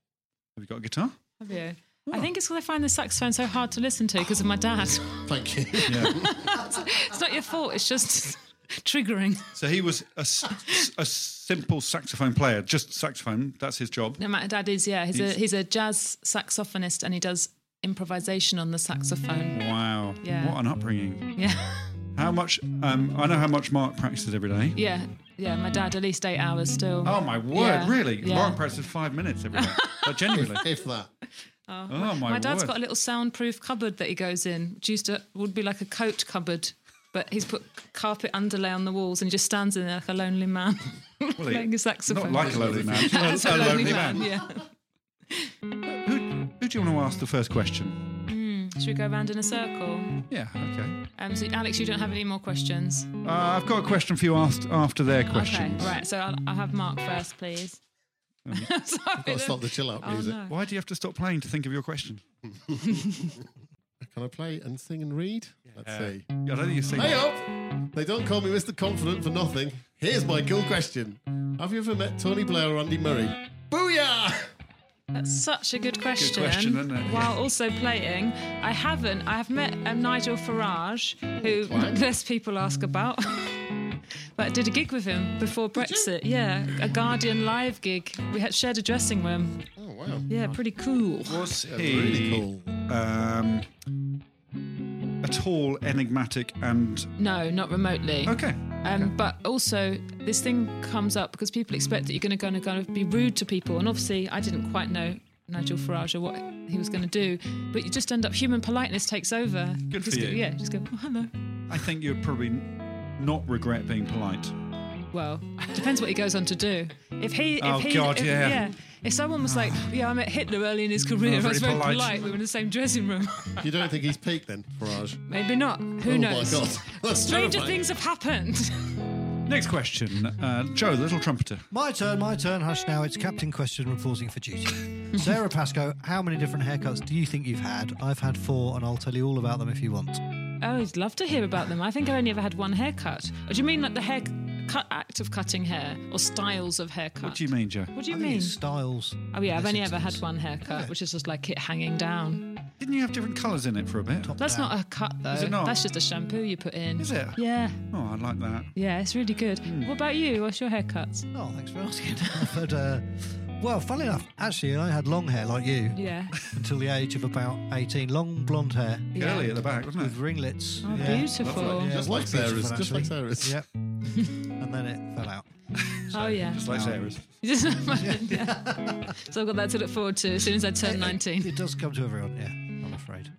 Speaker 1: Have you got a guitar?
Speaker 8: Have you?
Speaker 1: Oh.
Speaker 8: I think it's because I find the saxophone so hard to listen to because of my dad.
Speaker 3: Thank you.
Speaker 8: it's not your fault. It's just triggering.
Speaker 1: So he was a, s- s- a simple saxophone player, just saxophone. That's his job.
Speaker 8: No, my dad is. Yeah, he's a
Speaker 1: He's-
Speaker 8: he's a jazz saxophonist and he does improvisation on the saxophone.
Speaker 1: Wow.
Speaker 8: Yeah.
Speaker 1: What an upbringing.
Speaker 8: Yeah,
Speaker 1: How much? Um, I know how much Mark practices every day.
Speaker 8: yeah, yeah. My dad at least eight hours still.
Speaker 1: Oh my word!
Speaker 8: Yeah,
Speaker 1: Really?
Speaker 8: yeah.
Speaker 1: Mark practices five minutes every day. Like, genuinely.
Speaker 3: If that.
Speaker 8: Oh,
Speaker 1: Oh, my
Speaker 8: my dad's
Speaker 1: word.
Speaker 8: got a little soundproof cupboard that he goes in, which used to would be like a coat cupboard, but he's put carpet underlay on the walls and he just stands in there like a lonely man
Speaker 1: Well, he-
Speaker 8: playing his saxophone.
Speaker 1: Not like a lonely man.
Speaker 8: As a lonely man, yeah.
Speaker 1: Who do you want to ask the first question?
Speaker 8: Mm, should we go round in a circle?
Speaker 1: Yeah. Okay.
Speaker 8: Um, so Alex, you don't have any more questions.
Speaker 1: Uh, I've got a question for you asked after their
Speaker 8: Okay,
Speaker 1: questions. Um,
Speaker 8: right. So I'll, I'll have Mark first, please. Sorry,
Speaker 1: Gotta
Speaker 8: then. Oh, no.
Speaker 1: Why do you have to stop playing to think of your question?
Speaker 3: Can I play and sing and read? Let's see.
Speaker 1: I don't think you sing.
Speaker 3: Hey up! They don't call me Mr. Confident for nothing. Here's my cool question Have you ever met Tony Blair or Andy Murray? Booyah!
Speaker 8: That's such a good question.
Speaker 3: question, isn't it?
Speaker 8: While also playing, I haven't. I have met um, Nigel Farage, who
Speaker 12: Clang.
Speaker 8: less people ask about. but I did a gig with him before Brexit. Yeah, a Guardian live gig. We had shared a dressing room.
Speaker 3: Oh wow!
Speaker 8: Yeah, pretty cool.
Speaker 1: Was
Speaker 8: he?
Speaker 1: really cool. Um, at all enigmatic and
Speaker 8: No, not remotely.
Speaker 1: Okay.
Speaker 8: Um, but also, this thing comes up because people expect that you're going to going to be rude to people, and obviously, I didn't quite know Nigel Farage or what he was going to do. But you just end up human politeness takes over.
Speaker 1: Good for
Speaker 8: Just go-
Speaker 1: you.
Speaker 8: Yeah, just go oh, hello.
Speaker 1: I think you'd probably not regret being polite.
Speaker 8: Well, depends what he goes on to do. If he, if
Speaker 1: Oh,
Speaker 8: he,
Speaker 1: God,
Speaker 8: if,
Speaker 1: yeah. Mm,
Speaker 8: If someone was like, yeah, I met Hitler early in his career,
Speaker 3: Oh,
Speaker 8: I was very
Speaker 3: very
Speaker 8: polite.
Speaker 3: polite.
Speaker 8: We were in the same dressing room.
Speaker 3: You don't think he's peaked then, Farage?
Speaker 8: Maybe not. Who
Speaker 3: Oh, my
Speaker 8: knows?
Speaker 3: God. That's
Speaker 8: Stranger
Speaker 3: terrifying.
Speaker 8: things have happened.
Speaker 1: Next question. Uh, Joe, the little trumpeter.
Speaker 13: My turn, my turn. Hush now. It's Captain Question reporting for duty. Sarah Pascoe, how many different haircuts do you think you've had? I've had four, and I'll tell you all about them if you want.
Speaker 8: Oh, I'd love to hear about them. I think I only ever had one haircut. Or do you mean like the hair cut act of cutting hair or styles of haircut?
Speaker 1: What do you mean, Joe?
Speaker 8: What do you
Speaker 13: I think
Speaker 8: mean?
Speaker 13: it's Styles.
Speaker 8: Oh yeah, I've only ever had one haircut, which is just like it hanging down.
Speaker 1: Didn't you have different colours in it for a bit?
Speaker 8: That's not a cut though.
Speaker 1: Is it not?
Speaker 8: That's just a shampoo you put in.
Speaker 1: Is it?
Speaker 8: Yeah.
Speaker 1: Oh, I like that.
Speaker 8: Yeah, it's really good. What about you? What's your haircut?
Speaker 13: Oh, thanks for asking. I've had, uh, well, funny enough, actually, I had long hair like you
Speaker 8: Yeah.
Speaker 13: until the age of about 18. Long blonde hair.
Speaker 1: Yeah. Curly at the back, wasn't it?
Speaker 13: With ringlets.
Speaker 8: Oh, beautiful. Lovely.
Speaker 3: Just like
Speaker 13: it was beautiful,
Speaker 3: Sarah's, just like
Speaker 13: actually.
Speaker 3: Sarah's.
Speaker 13: Yep. and then it fell out.
Speaker 8: oh yeah.
Speaker 1: Just like
Speaker 13: No.
Speaker 1: Sarah's.
Speaker 8: Yeah. so I've got that to look forward to as soon as I turn 19.
Speaker 13: It does come to everyone, yeah, I'm afraid.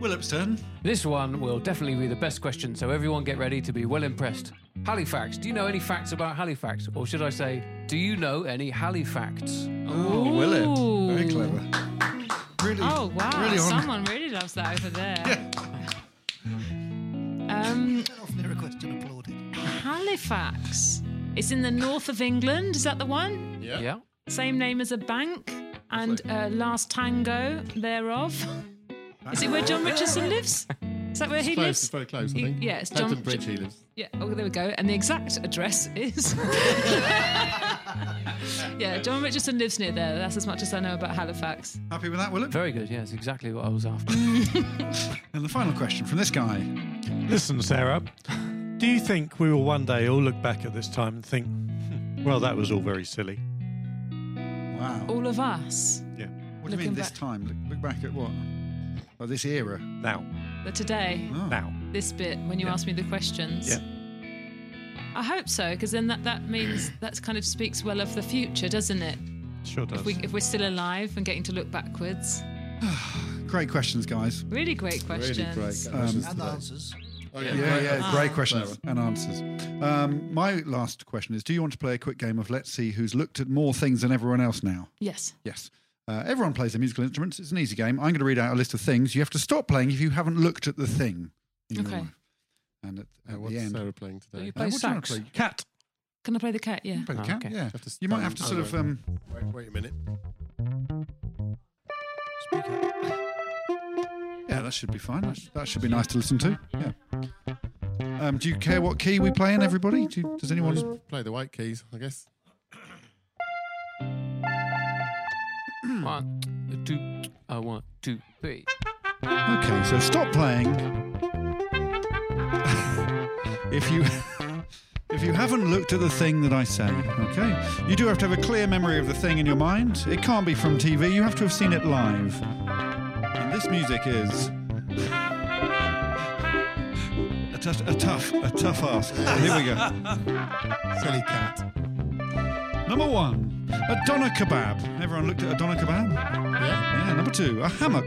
Speaker 1: Willip's turn.
Speaker 11: This one will definitely be the best question, so everyone get ready to be well impressed. Halifax, do you know any facts about Halifax? Or should I say, do you know any Halifax?
Speaker 1: Oh, Willip. Very clever. Really,
Speaker 8: Oh wow!
Speaker 1: really on.
Speaker 8: Someone really loves that over there. Um,
Speaker 13: Often a request and applauded.
Speaker 8: Halifax. It's in the north of England. Is that the one?
Speaker 3: Yeah.
Speaker 11: Yeah.
Speaker 8: Same name as a bank and uh, last tango thereof. Is it where John Richardson lives? Is that where
Speaker 3: It's
Speaker 8: he
Speaker 3: close,
Speaker 8: lives?
Speaker 3: it's very close, I
Speaker 8: He-
Speaker 3: think.
Speaker 8: Yeah, it's
Speaker 3: Hampton
Speaker 8: John.
Speaker 3: Bridge he lives.
Speaker 8: Yeah, oh, there we go. And the exact address is. yeah, John Richardson lives near there. That's as much as I know about Halifax.
Speaker 1: Happy with that, Willip?
Speaker 11: Very good, yes, exactly what I was after.
Speaker 1: And the final question from this guy.
Speaker 4: Listen, Sarah, do you think we will one day all look back at this time and think, "Hmm, well, that was all very silly?
Speaker 1: Wow.
Speaker 8: All of us.
Speaker 1: What do
Speaker 4: Yeah.
Speaker 1: you mean
Speaker 8: Looking
Speaker 1: this
Speaker 8: back-
Speaker 1: time? Look, look back at what? Oh, this era.
Speaker 4: Now.
Speaker 8: But today.
Speaker 1: Now.
Speaker 8: this bit when you ask me the questions.
Speaker 4: Yeah.
Speaker 8: I hope so, because then that, that means that kind of speaks well of the future, doesn't it?
Speaker 4: Sure does.
Speaker 8: If, we, if we're still alive and getting to look backwards.
Speaker 1: Great questions, guys.
Speaker 8: Really great questions. Oh,
Speaker 1: Um,
Speaker 13: answers.
Speaker 1: yeah, yeah, great
Speaker 8: Ah.
Speaker 1: questions
Speaker 13: Clever.
Speaker 1: and answers. Um, my last question is: Do you want to play a quick game of Let's See Who's Looked at More Things Than Everyone Else Now?
Speaker 8: Yes.
Speaker 1: Yes. Uh, everyone plays their musical instruments. It's an easy game. I'm going to read out a list of things. You have to stop playing if you haven't looked at the thing. in your
Speaker 8: Okay.
Speaker 1: life. And at, at
Speaker 3: what's
Speaker 1: the end,
Speaker 3: Sarah playing today?
Speaker 8: You play
Speaker 1: uh, what do you want
Speaker 8: sax.
Speaker 1: to play? Cat.
Speaker 8: Can I play the cat? Yeah.
Speaker 1: Play the cat.
Speaker 3: okay.
Speaker 1: Yeah.
Speaker 3: Have to
Speaker 1: you might have
Speaker 3: stand-
Speaker 1: to
Speaker 3: oh,
Speaker 1: sort of.
Speaker 3: wait.
Speaker 1: Um,
Speaker 3: Wait, wait a minute.
Speaker 1: yeah, that should be fine. That should, that should be nice to listen to. Yeah. Um, do you care what key we play in, everybody? Do you, does anyone?
Speaker 3: Just play the white keys? I guess.
Speaker 11: One, two, uh, one, two, three.
Speaker 1: Okay, so stop playing. if you if you haven't looked at the thing that I say, okay? You do have to have a clear memory of the thing in your mind. It can't be from TV. You have to have seen it live. And this music is a tough, a tough, a tough ask. Here we go.
Speaker 3: Silly cat.
Speaker 1: Number one, a doner kebab. Everyone looked at a doner kebab. Yeah. Number two, a hammock.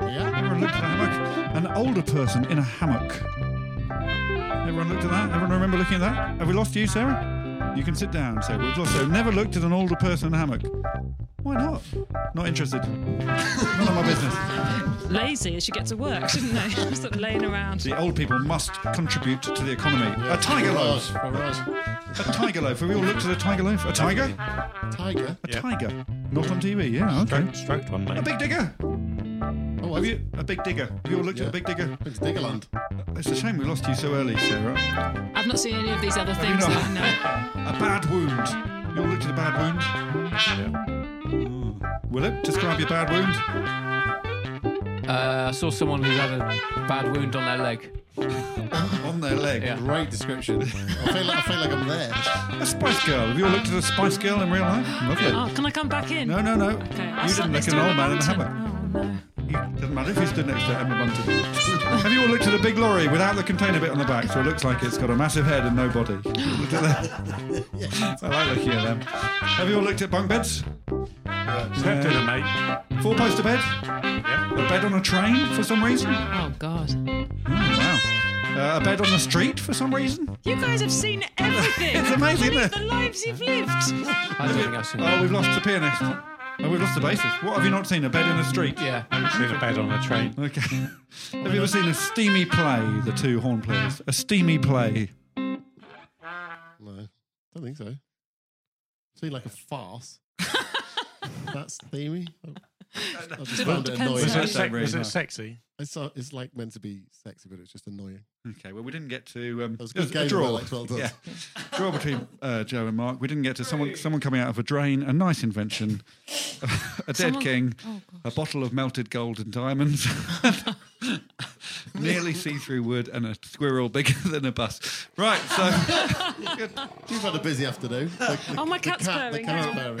Speaker 3: Yeah.
Speaker 1: Everyone looked at a hammock. An older person in a hammock. Everyone looked at that. Everyone remember looking at that. Have we lost you, Sarah? You can sit down, Sarah. We've lost. So never looked at an older person in a hammock. Why not? Not interested. None of my business.
Speaker 8: Lazy, they should get to work, shouldn't they? Just sort of laying around.
Speaker 1: The old people must contribute to the economy. A tiger loaf. A tiger loaf. Have we all looked at a tiger loaf? A tiger?
Speaker 3: Tiger.
Speaker 1: A tiger. Not on TV. Yeah. Okay.
Speaker 4: Stroked one,
Speaker 1: A
Speaker 4: mate.
Speaker 1: big digger.
Speaker 3: Oh,
Speaker 1: Have you a big digger? Have you all looked at a big digger?
Speaker 3: It's Diggerland.
Speaker 1: It's a shame we lost you so early, Sarah.
Speaker 8: I've not seen any of these other
Speaker 1: you
Speaker 8: things
Speaker 1: not?
Speaker 8: that I know.
Speaker 1: A bad wound. You all looked at a bad wound. Mm. Will it describe your bad wound?
Speaker 11: Uh, I saw someone who's had a bad wound on their leg.
Speaker 1: on their leg.
Speaker 11: Yeah.
Speaker 3: Great description. I feel like I feel like I'm there.
Speaker 1: A Spice Girl. Have you all looked at a Spice Girl in real life? Lovely.
Speaker 8: Oh, can I come back in?
Speaker 1: No, no, no.
Speaker 8: Okay. I
Speaker 1: You
Speaker 8: saw
Speaker 1: didn't
Speaker 8: this
Speaker 1: look at an
Speaker 8: down
Speaker 1: old man in a
Speaker 8: Hampton.
Speaker 1: hammock.
Speaker 8: Oh,
Speaker 1: You- Doesn't matter if you stood next to Emma Bunton. Have you all looked at a big lorry without the container bit on the back, so it looks like it's got a massive head and no body? Look at that. I like looking at them. Have you all looked at bunk beds?
Speaker 4: Slept in it, mate.
Speaker 1: Four poster bed? A bed on a train for some reason? Oh,
Speaker 8: Oh, God.
Speaker 1: wow. Uh, a bed on the street for some reason?
Speaker 8: You guys have seen everything.
Speaker 1: It's amazing, isn't it?
Speaker 8: The lives you've lived.
Speaker 11: I don't think I've seen
Speaker 1: Oh, we've lost the pianist. Oh, we've lost the bassist. What have you not seen? A bed in the street?
Speaker 11: Yeah.
Speaker 4: Seen a bed on a train.
Speaker 1: Okay. Have you ever seen a steamy play, the two horn players? A steamy play.
Speaker 3: No, don't think so. Seemed like a farce. That's themey. I just found it
Speaker 8: depends
Speaker 3: annoying.
Speaker 4: Was
Speaker 8: Yeah.
Speaker 4: it, sec-
Speaker 1: Really
Speaker 4: was it
Speaker 1: nice.
Speaker 4: sexy?
Speaker 3: It's, uh, it's like meant to be sexy, but it's just annoying.
Speaker 1: Okay, well, we didn't get to um,
Speaker 3: That was a
Speaker 1: it was
Speaker 3: good game.
Speaker 1: a
Speaker 3: about,
Speaker 1: draw.
Speaker 3: Like 12
Speaker 1: yeah, draw between uh, Joe and Mark. We didn't get to someone someone coming out of a drain, a nice invention, a dead
Speaker 8: Someone-
Speaker 1: king,
Speaker 8: Oh,
Speaker 1: a bottle of melted gold and diamonds, nearly see through wood, and a squirrel bigger than a bus. Right, so
Speaker 3: You've had a busy afternoon. The, the,
Speaker 8: Oh, my
Speaker 3: the
Speaker 8: cat's
Speaker 3: cat, the
Speaker 8: purring. Oh.
Speaker 3: cat's purring.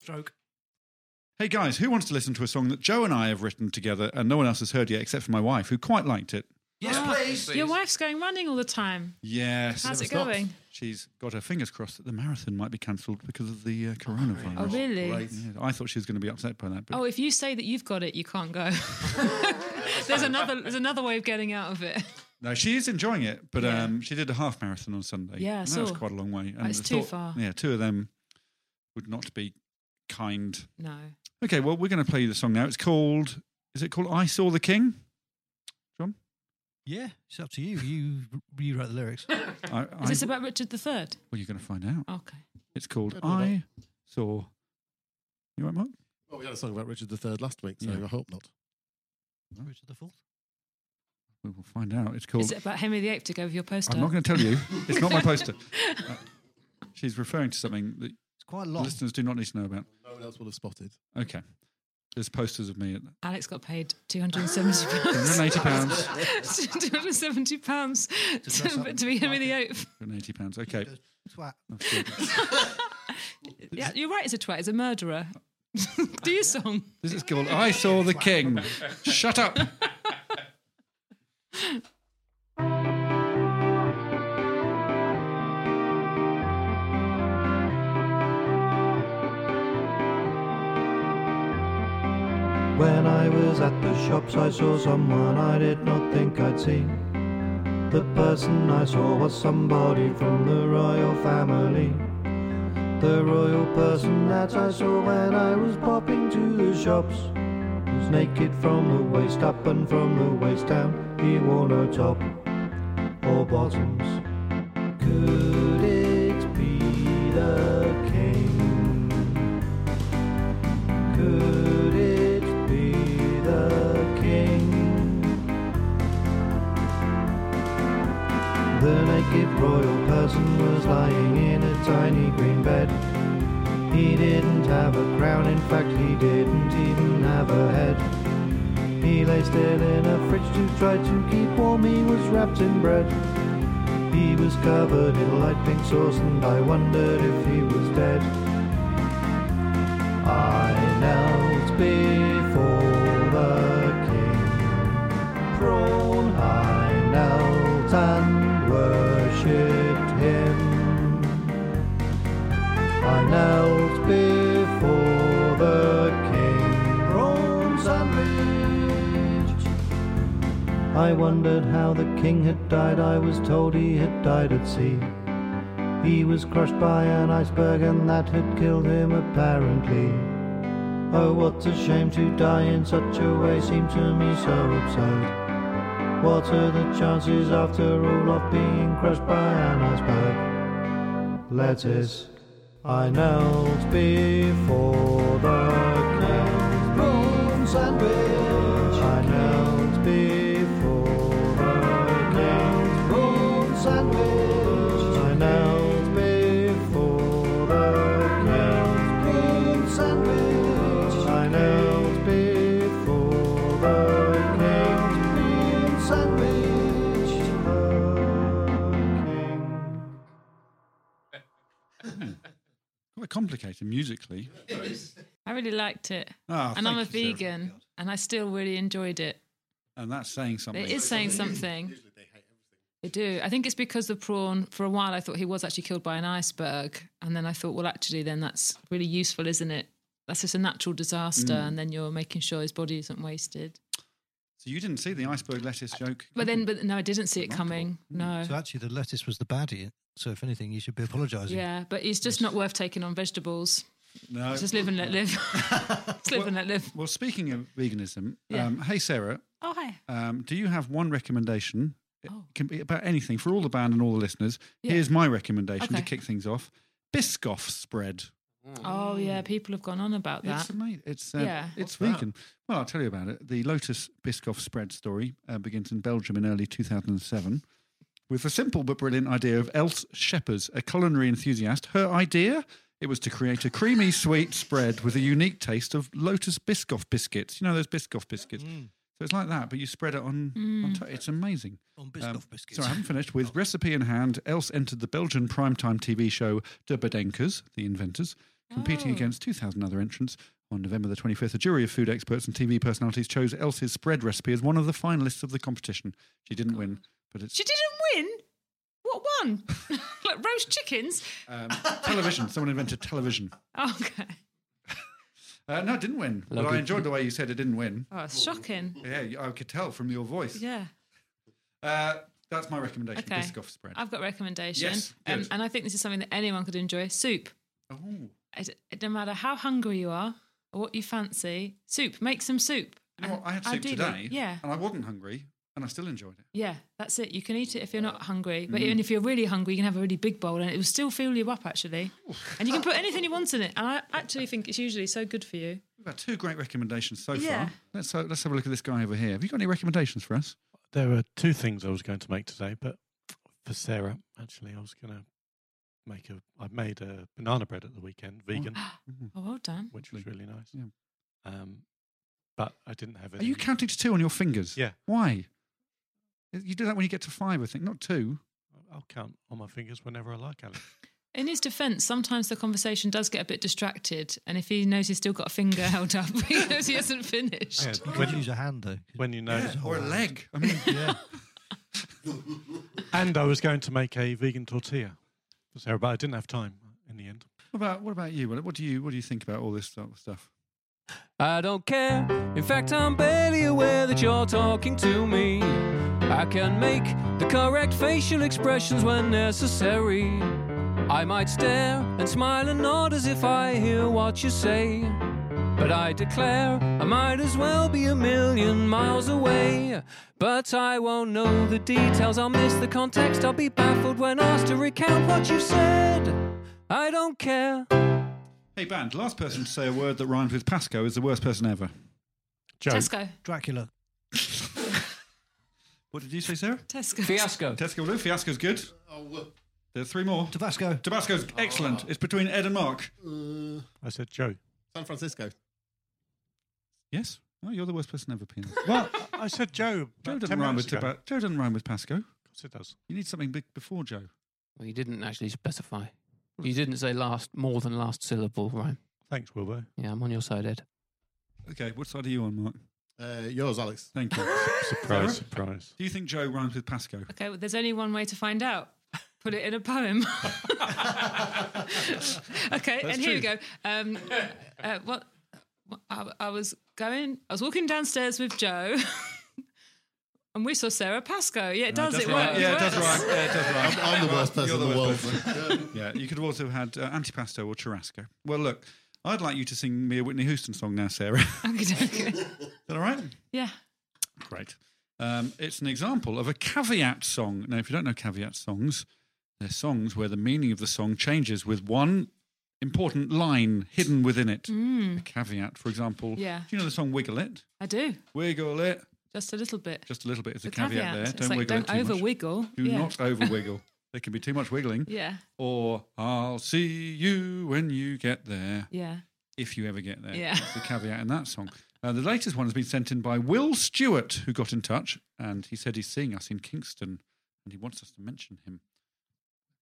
Speaker 4: Stroke.
Speaker 1: hey guys, who wants to listen to a song that Joe and I have written together, and no one else has heard yet except for my wife, who quite liked it?
Speaker 8: Yes, please. Oh. Your wife's going running all the time.
Speaker 1: Yes.
Speaker 8: How's it going?
Speaker 1: She's got her fingers crossed that the marathon might be cancelled because of the uh, coronavirus.
Speaker 8: Oh, really? Right.
Speaker 1: Yeah, I thought she was going to be upset by that, but
Speaker 8: Oh, if you say that you've got it, you can't go. there's another. There's another way of getting out of it.
Speaker 1: no, she is enjoying it. But um, she did a half marathon on Sunday.
Speaker 8: Yeah, I
Speaker 1: and that was
Speaker 8: saw.
Speaker 1: quite a long way.
Speaker 8: It's
Speaker 1: I
Speaker 8: too far.
Speaker 1: Yeah, two of them would not be kind.
Speaker 8: No.
Speaker 1: Okay, well, we're going to play you the song now. It's called. Is it called "I Saw the King"?
Speaker 13: Yeah, it's up to you. You you wrote the lyrics.
Speaker 1: I,
Speaker 8: Is this about Richard III?
Speaker 1: well, you're going to find out.
Speaker 8: Okay.
Speaker 1: It's called
Speaker 8: Good, well
Speaker 1: "I Saw." You right, Mark?
Speaker 3: Well, we had a song about Richard III last week, so
Speaker 1: Yeah.
Speaker 3: I hope not.
Speaker 13: Richard the Fourth.
Speaker 1: We will find out. It's called.
Speaker 8: Is it about Henry VIII to go with your poster?
Speaker 1: I'm not going to tell you. It's not my poster. Uh, she's referring to something that it's
Speaker 13: quite
Speaker 8: long.
Speaker 1: listeners do not need to know about.
Speaker 3: No one else will have spotted.
Speaker 1: Okay. There's posters of me at
Speaker 8: Alex got paid two hundred and seventy pounds.
Speaker 1: 180 pounds.
Speaker 8: two hundred and seventy pounds
Speaker 1: dress up
Speaker 8: to, to be Henry VIII.
Speaker 1: 180 pounds. Okay.
Speaker 13: Twat.
Speaker 8: Yeah, you're right. It's a twat. It's a murderer. Do your song.
Speaker 1: This is called I Saw the King. Shut up.
Speaker 5: When I was at the shops, I saw someone I did not think I'd seen. The person I saw was somebody from the royal family. The royal person that I saw when I was popping to the shops was naked from the waist up and from the waist down. He wore no top or bottoms. Could it be the king? Could it be the king? The naked royal person was lying in a tiny green bed. He didn't have a crown, in fact, he didn't even have a head. He lay still in a fridge to try to keep warm, he was wrapped in bread. He was covered in light pink sauce, and I wondered if he was dead. I knelt before the king. Prone I knelt and worshipped him. I knelt before the king. Prone sunraged. I wondered how the king had died. I was told he had died at sea. He was crushed by an iceberg and that had killed him apparently. Oh, what a shame to die in such a way seemed to me so absurd. What are the chances after all of being crushed by an iceberg? Lettuce. I knelt before the king. Prawn sandwich. I knelt before the king. Prawn sandwich. I knelt before the king. Prawn sandwich. I knelt before the king. Prawn sandwich. The king.
Speaker 1: Quite complicated musically.
Speaker 8: I really liked it,
Speaker 1: Ah,
Speaker 8: and I'm a
Speaker 1: thank you, Sarah.
Speaker 8: vegan, and I still really enjoyed it.
Speaker 1: And that's saying something.
Speaker 8: It is saying something. They do. I think it's because the prawn. For a while, I thought he was actually killed by an iceberg, and then I thought, well, actually, then that's really useful, isn't it? That's just a natural disaster,
Speaker 1: Mm.
Speaker 8: and then you're making sure his body isn't wasted.
Speaker 1: So you didn't see the iceberg lettuce joke.
Speaker 8: But then, but no, I didn't see it coming.
Speaker 1: Mm,
Speaker 8: No.
Speaker 13: So actually, the lettuce was the baddie. So if anything, you should be apologising.
Speaker 8: Yeah, but it's just not worth taking on vegetables.
Speaker 1: No. Mm.
Speaker 8: Just live and let live. just live and let live.
Speaker 1: Well, speaking of veganism,
Speaker 8: Yeah.
Speaker 1: um, hey Sarah,
Speaker 8: Oh hi. Oh.
Speaker 1: um, do you have one recommendation? It can be about anything for all the band and all the listeners.
Speaker 8: Yeah.
Speaker 1: Here's my recommendation to
Speaker 8: Okay.
Speaker 1: kick things off: Biscoff spread.
Speaker 8: Oh yeah, people have gone on about that.
Speaker 1: It's amazing. It's uh,
Speaker 8: yeah.
Speaker 1: it's vegan. Well, I'll tell you about it. The Lotus Biscoff spread story uh, begins in Belgium in early 2007 with the simple but brilliant idea of Else Sheppers, a culinary enthusiast. Her idea it was to create a creamy sweet spread with a unique taste of Lotus Biscoff biscuits. You know those Biscoff biscuits.
Speaker 13: Mm.
Speaker 1: So it's like that, but you spread it on. on
Speaker 4: Mm.
Speaker 1: top. it's amazing.
Speaker 13: On Biscoff biscuits.
Speaker 1: So I haven't finished. With recipe in hand, Else entered the Belgian
Speaker 8: Oh.
Speaker 1: primetime TV show De Bedenkers, the inventors, competing against 2,000 other entrants On November the 25th, a jury of food experts and TV personalities chose Elsie's spread recipe as one of the finalists of the competition. She didn't win, but it's
Speaker 8: She didn't win. What one? like roast chickens. Oh,
Speaker 1: um, television. Someone invented television.
Speaker 8: Okay.
Speaker 1: Uh, no, it didn't win. But
Speaker 8: Lovely.
Speaker 1: I enjoyed the way you said it didn't win.
Speaker 8: Oh, it's shocking.
Speaker 1: Yeah, I could tell from your voice.
Speaker 8: Yeah.
Speaker 1: Uh, that's my recommendation.
Speaker 8: Okay.
Speaker 1: Biscoff spread.
Speaker 8: I've got a recommendation.
Speaker 1: Yes,
Speaker 8: um,
Speaker 1: good.
Speaker 8: and I think this is something that anyone could enjoy soup. Oh. No matter how hungry you are or what you fancy, soup. Make some soup.
Speaker 1: You know what? I had soup
Speaker 8: Ideally,
Speaker 1: today.
Speaker 8: Yeah.
Speaker 1: And I wasn't hungry, and I still enjoyed it.
Speaker 8: Yeah, that's it. You can eat it if you're not hungry. But
Speaker 1: Mm.
Speaker 8: even if you're really hungry, you can have a really big bowl and it will still fill you up, actually. And you can put anything you want in it. And I actually think it's usually so good for you.
Speaker 1: We've had two great recommendations so
Speaker 8: Yeah.
Speaker 1: far. Let's have, let's have a look at this guy over here. Have you got any recommendations for us?
Speaker 4: There were two things I was going to make today, but for Sarah, actually, I was going to make a. I made a banana bread at the weekend, vegan,
Speaker 8: Oh, well done.
Speaker 4: which was really nice.
Speaker 1: Yeah.
Speaker 4: Um, but I didn't have
Speaker 1: Are
Speaker 4: any.
Speaker 1: you counting to two on your fingers?
Speaker 4: Yeah.
Speaker 1: Why? You do that when you get to five, I think, not two.
Speaker 4: I'll count on my fingers whenever I like, Alex.
Speaker 8: In his defence, sometimes the conversation does get a bit distracted. And if he knows he's still got a finger held up, he knows he hasn't finished.
Speaker 4: Yeah,
Speaker 13: You could use a hand though.
Speaker 4: When you know.
Speaker 1: or a leg. I mean, yeah.
Speaker 4: And I was going to make a vegan tortilla for Sarah, but I didn't have time in the end.
Speaker 1: What about what about you? What, what do you what do you think about all this sort of stuff?
Speaker 11: I don't care. In fact, I'm barely aware that you're talking to me. I can make the correct facial expressions when necessary. I might stare and smile and nod as if I hear what you say. But I declare, I might as well be a million miles away. But I won't know the details, I'll miss the context, I'll be baffled when asked to recount what you've said. I don't care.
Speaker 1: Hey, band, last person to say a word that rhymes with Pasco is the worst person ever. Joe.
Speaker 8: Tesco.
Speaker 13: Dracula.
Speaker 1: What did you say, Sarah?
Speaker 8: Tesco.
Speaker 11: Fiasco.
Speaker 1: Tesco Blue. Fiasco's good. There's three more.
Speaker 13: Tabasco.
Speaker 1: Tabasco's excellent. It's between Ed and Mark.
Speaker 3: Uh,
Speaker 4: I said Joe.
Speaker 3: San Francisco.
Speaker 1: Yes. Oh, you're the worst person ever, Penis.
Speaker 4: Well, I said Joe.
Speaker 1: Joe
Speaker 4: about
Speaker 1: doesn't
Speaker 4: 10
Speaker 1: rhyme with
Speaker 4: minutes ago.
Speaker 1: Taba- Joe doesn't rhyme with Pasco.
Speaker 4: Of course it does.
Speaker 1: You need something big before Joe. Hmm.
Speaker 11: Well, you didn't actually specify. You didn't say last more than last syllable rhyme.
Speaker 4: Thanks, Wilbur.
Speaker 11: Yeah, I'm on your side, Ed.
Speaker 1: Okay, what side are you on, Mark?
Speaker 3: Uh, yours, Alex.
Speaker 1: Thank you.
Speaker 4: Surprise,
Speaker 1: Sarah?
Speaker 4: surprise.
Speaker 1: Do you think Joe rhymes with Pasco?
Speaker 8: Okay, well, there's only one way to find out. Put it in a poem. okay,
Speaker 1: That's
Speaker 8: and here we
Speaker 1: true.
Speaker 8: go. Um, uh, what I, I was going, I was walking downstairs with Joe, and we saw Sarah Pascoe. Yeah, it does.
Speaker 1: No,
Speaker 8: It
Speaker 1: rhyme.
Speaker 8: works.
Speaker 1: Yeah, Uh, it
Speaker 8: works.
Speaker 1: does rhyme. Yeah, it does rhyme.
Speaker 3: I'm- I'm the worst person
Speaker 1: You're
Speaker 3: in the world.
Speaker 1: person. yeah, you could have also had uh, antipasto or churrasco. Well, look, I'd like you to sing me a Whitney Houston song now, Sarah. Is
Speaker 8: Okay, okay.
Speaker 1: that all right?
Speaker 8: yeah.
Speaker 1: Great. Um, it's an example of a caveat song. Now, if you don't know caveat songs, they're songs where the meaning of the song changes with one important line hidden within it. A caveat, for example.
Speaker 8: Mm. Yeah.
Speaker 1: Do you know the song Wiggle It?
Speaker 8: Hmm, I do.
Speaker 1: Wiggle It.
Speaker 8: Just a little bit.
Speaker 1: Just a little bit is the,
Speaker 8: The
Speaker 1: caveat,
Speaker 8: caveat.
Speaker 1: there.
Speaker 8: It's
Speaker 1: Don't
Speaker 8: like,
Speaker 1: wiggle
Speaker 8: don't
Speaker 1: it too much.
Speaker 8: over-wiggle.
Speaker 1: Do
Speaker 8: Yeah.
Speaker 1: not over wiggle. there can be too much wiggling.
Speaker 8: Yeah,
Speaker 1: Or I'll see you when you get there.
Speaker 8: yeah.
Speaker 1: If you ever get there.
Speaker 8: Yeah.
Speaker 1: That's the caveat in that song. Uh, the latest one has been sent in by Will Stewart, who got in touch and he said he's seeing us in Kingston and he wants us to mention him.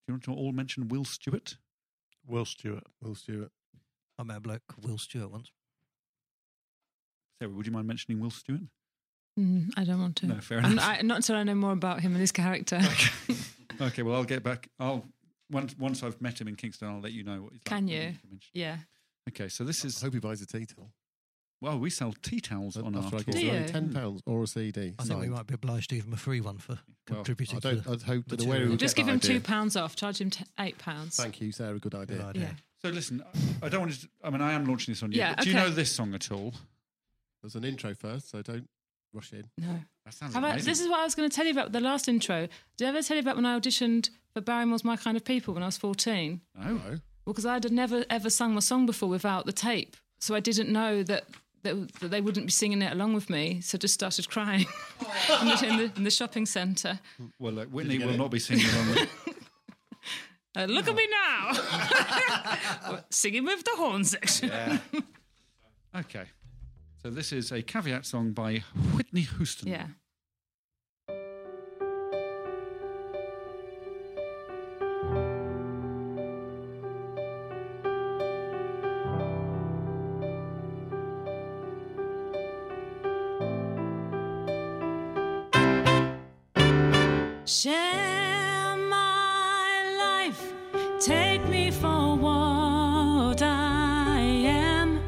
Speaker 1: Do you want to all mention Will Stewart?
Speaker 4: Will Stewart.
Speaker 3: Will Stewart.
Speaker 13: I met a bloke, called Will Stewart, once.
Speaker 1: Sarah, would you mind mentioning Will Stewart?
Speaker 8: Mm, I don't want to.
Speaker 1: No, fair
Speaker 8: I'm-
Speaker 1: enough.
Speaker 8: I, not until I know more about him and his character.
Speaker 1: Okay, well, I'll get back. I'll once, once I've met him in Kingston, I'll let you know what he's like.
Speaker 8: Can you? Yeah.
Speaker 1: Okay, so this is.
Speaker 3: I hope he buys a tea towel.
Speaker 1: Well, we sell tea towels on our
Speaker 3: After I
Speaker 1: tour.
Speaker 3: get
Speaker 8: Do
Speaker 3: through,
Speaker 8: you?
Speaker 3: ten pounds or a CD.
Speaker 13: I think we
Speaker 3: signed.
Speaker 13: might be obliged to give him a free one for
Speaker 1: Well,
Speaker 13: contributing
Speaker 3: I
Speaker 13: to
Speaker 3: don't.
Speaker 13: the
Speaker 3: I'd hope that the way we
Speaker 13: material.
Speaker 3: would
Speaker 8: Just
Speaker 3: get
Speaker 8: give
Speaker 3: that
Speaker 8: him
Speaker 3: idea.
Speaker 8: two pounds off. Charge him t- eight pounds.
Speaker 3: Thank you, Sarah. Good idea.
Speaker 8: Yeah.
Speaker 1: So listen, I- I don't want to. I mean, I am launching this on you.
Speaker 8: Yeah,
Speaker 1: but Do you
Speaker 8: okay.
Speaker 1: know this song at all?
Speaker 3: There's an intro first, so don't rush in.
Speaker 8: No.
Speaker 1: That sounds
Speaker 8: How about,
Speaker 1: amazing.
Speaker 8: this is what I was going to tell you about the last intro. Did I ever tell you about when I auditioned for Barrymore's My Kind of People when I was 14?
Speaker 3: Oh.
Speaker 1: no.
Speaker 8: Well, because I'd never ever sung my song before without the tape. So I didn't know that, that, that they wouldn't be singing it along with me. So I just started crying in, the, in, the, in the shopping centre.
Speaker 1: Well, look, Whitney will not be singing along with.
Speaker 8: Uh, look at me now! singing with the horn section. Yeah.
Speaker 1: Okay. So this is a caveat song by Whitney Houston.
Speaker 14: Share my life, take me for what I am.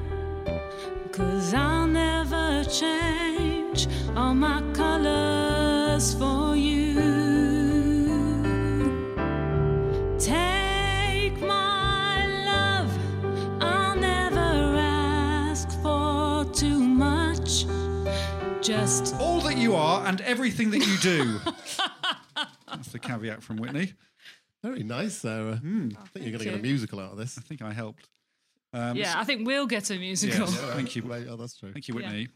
Speaker 14: Cause I'll never change all my colors for you. Take my love, I'll never ask for too much. Just
Speaker 1: all that you are and everything that you do. That's the caveat from Whitney.
Speaker 3: Very nice, Sarah. I think you're going to get a
Speaker 8: Oh, you.
Speaker 3: musical out of this. I
Speaker 1: think Hmm. I helped. Um,
Speaker 8: yeah, I think we'll get a musical.
Speaker 1: Yes, thank you.
Speaker 3: Oh, that's true.
Speaker 1: Thank you,
Speaker 8: Yeah.
Speaker 1: Whitney.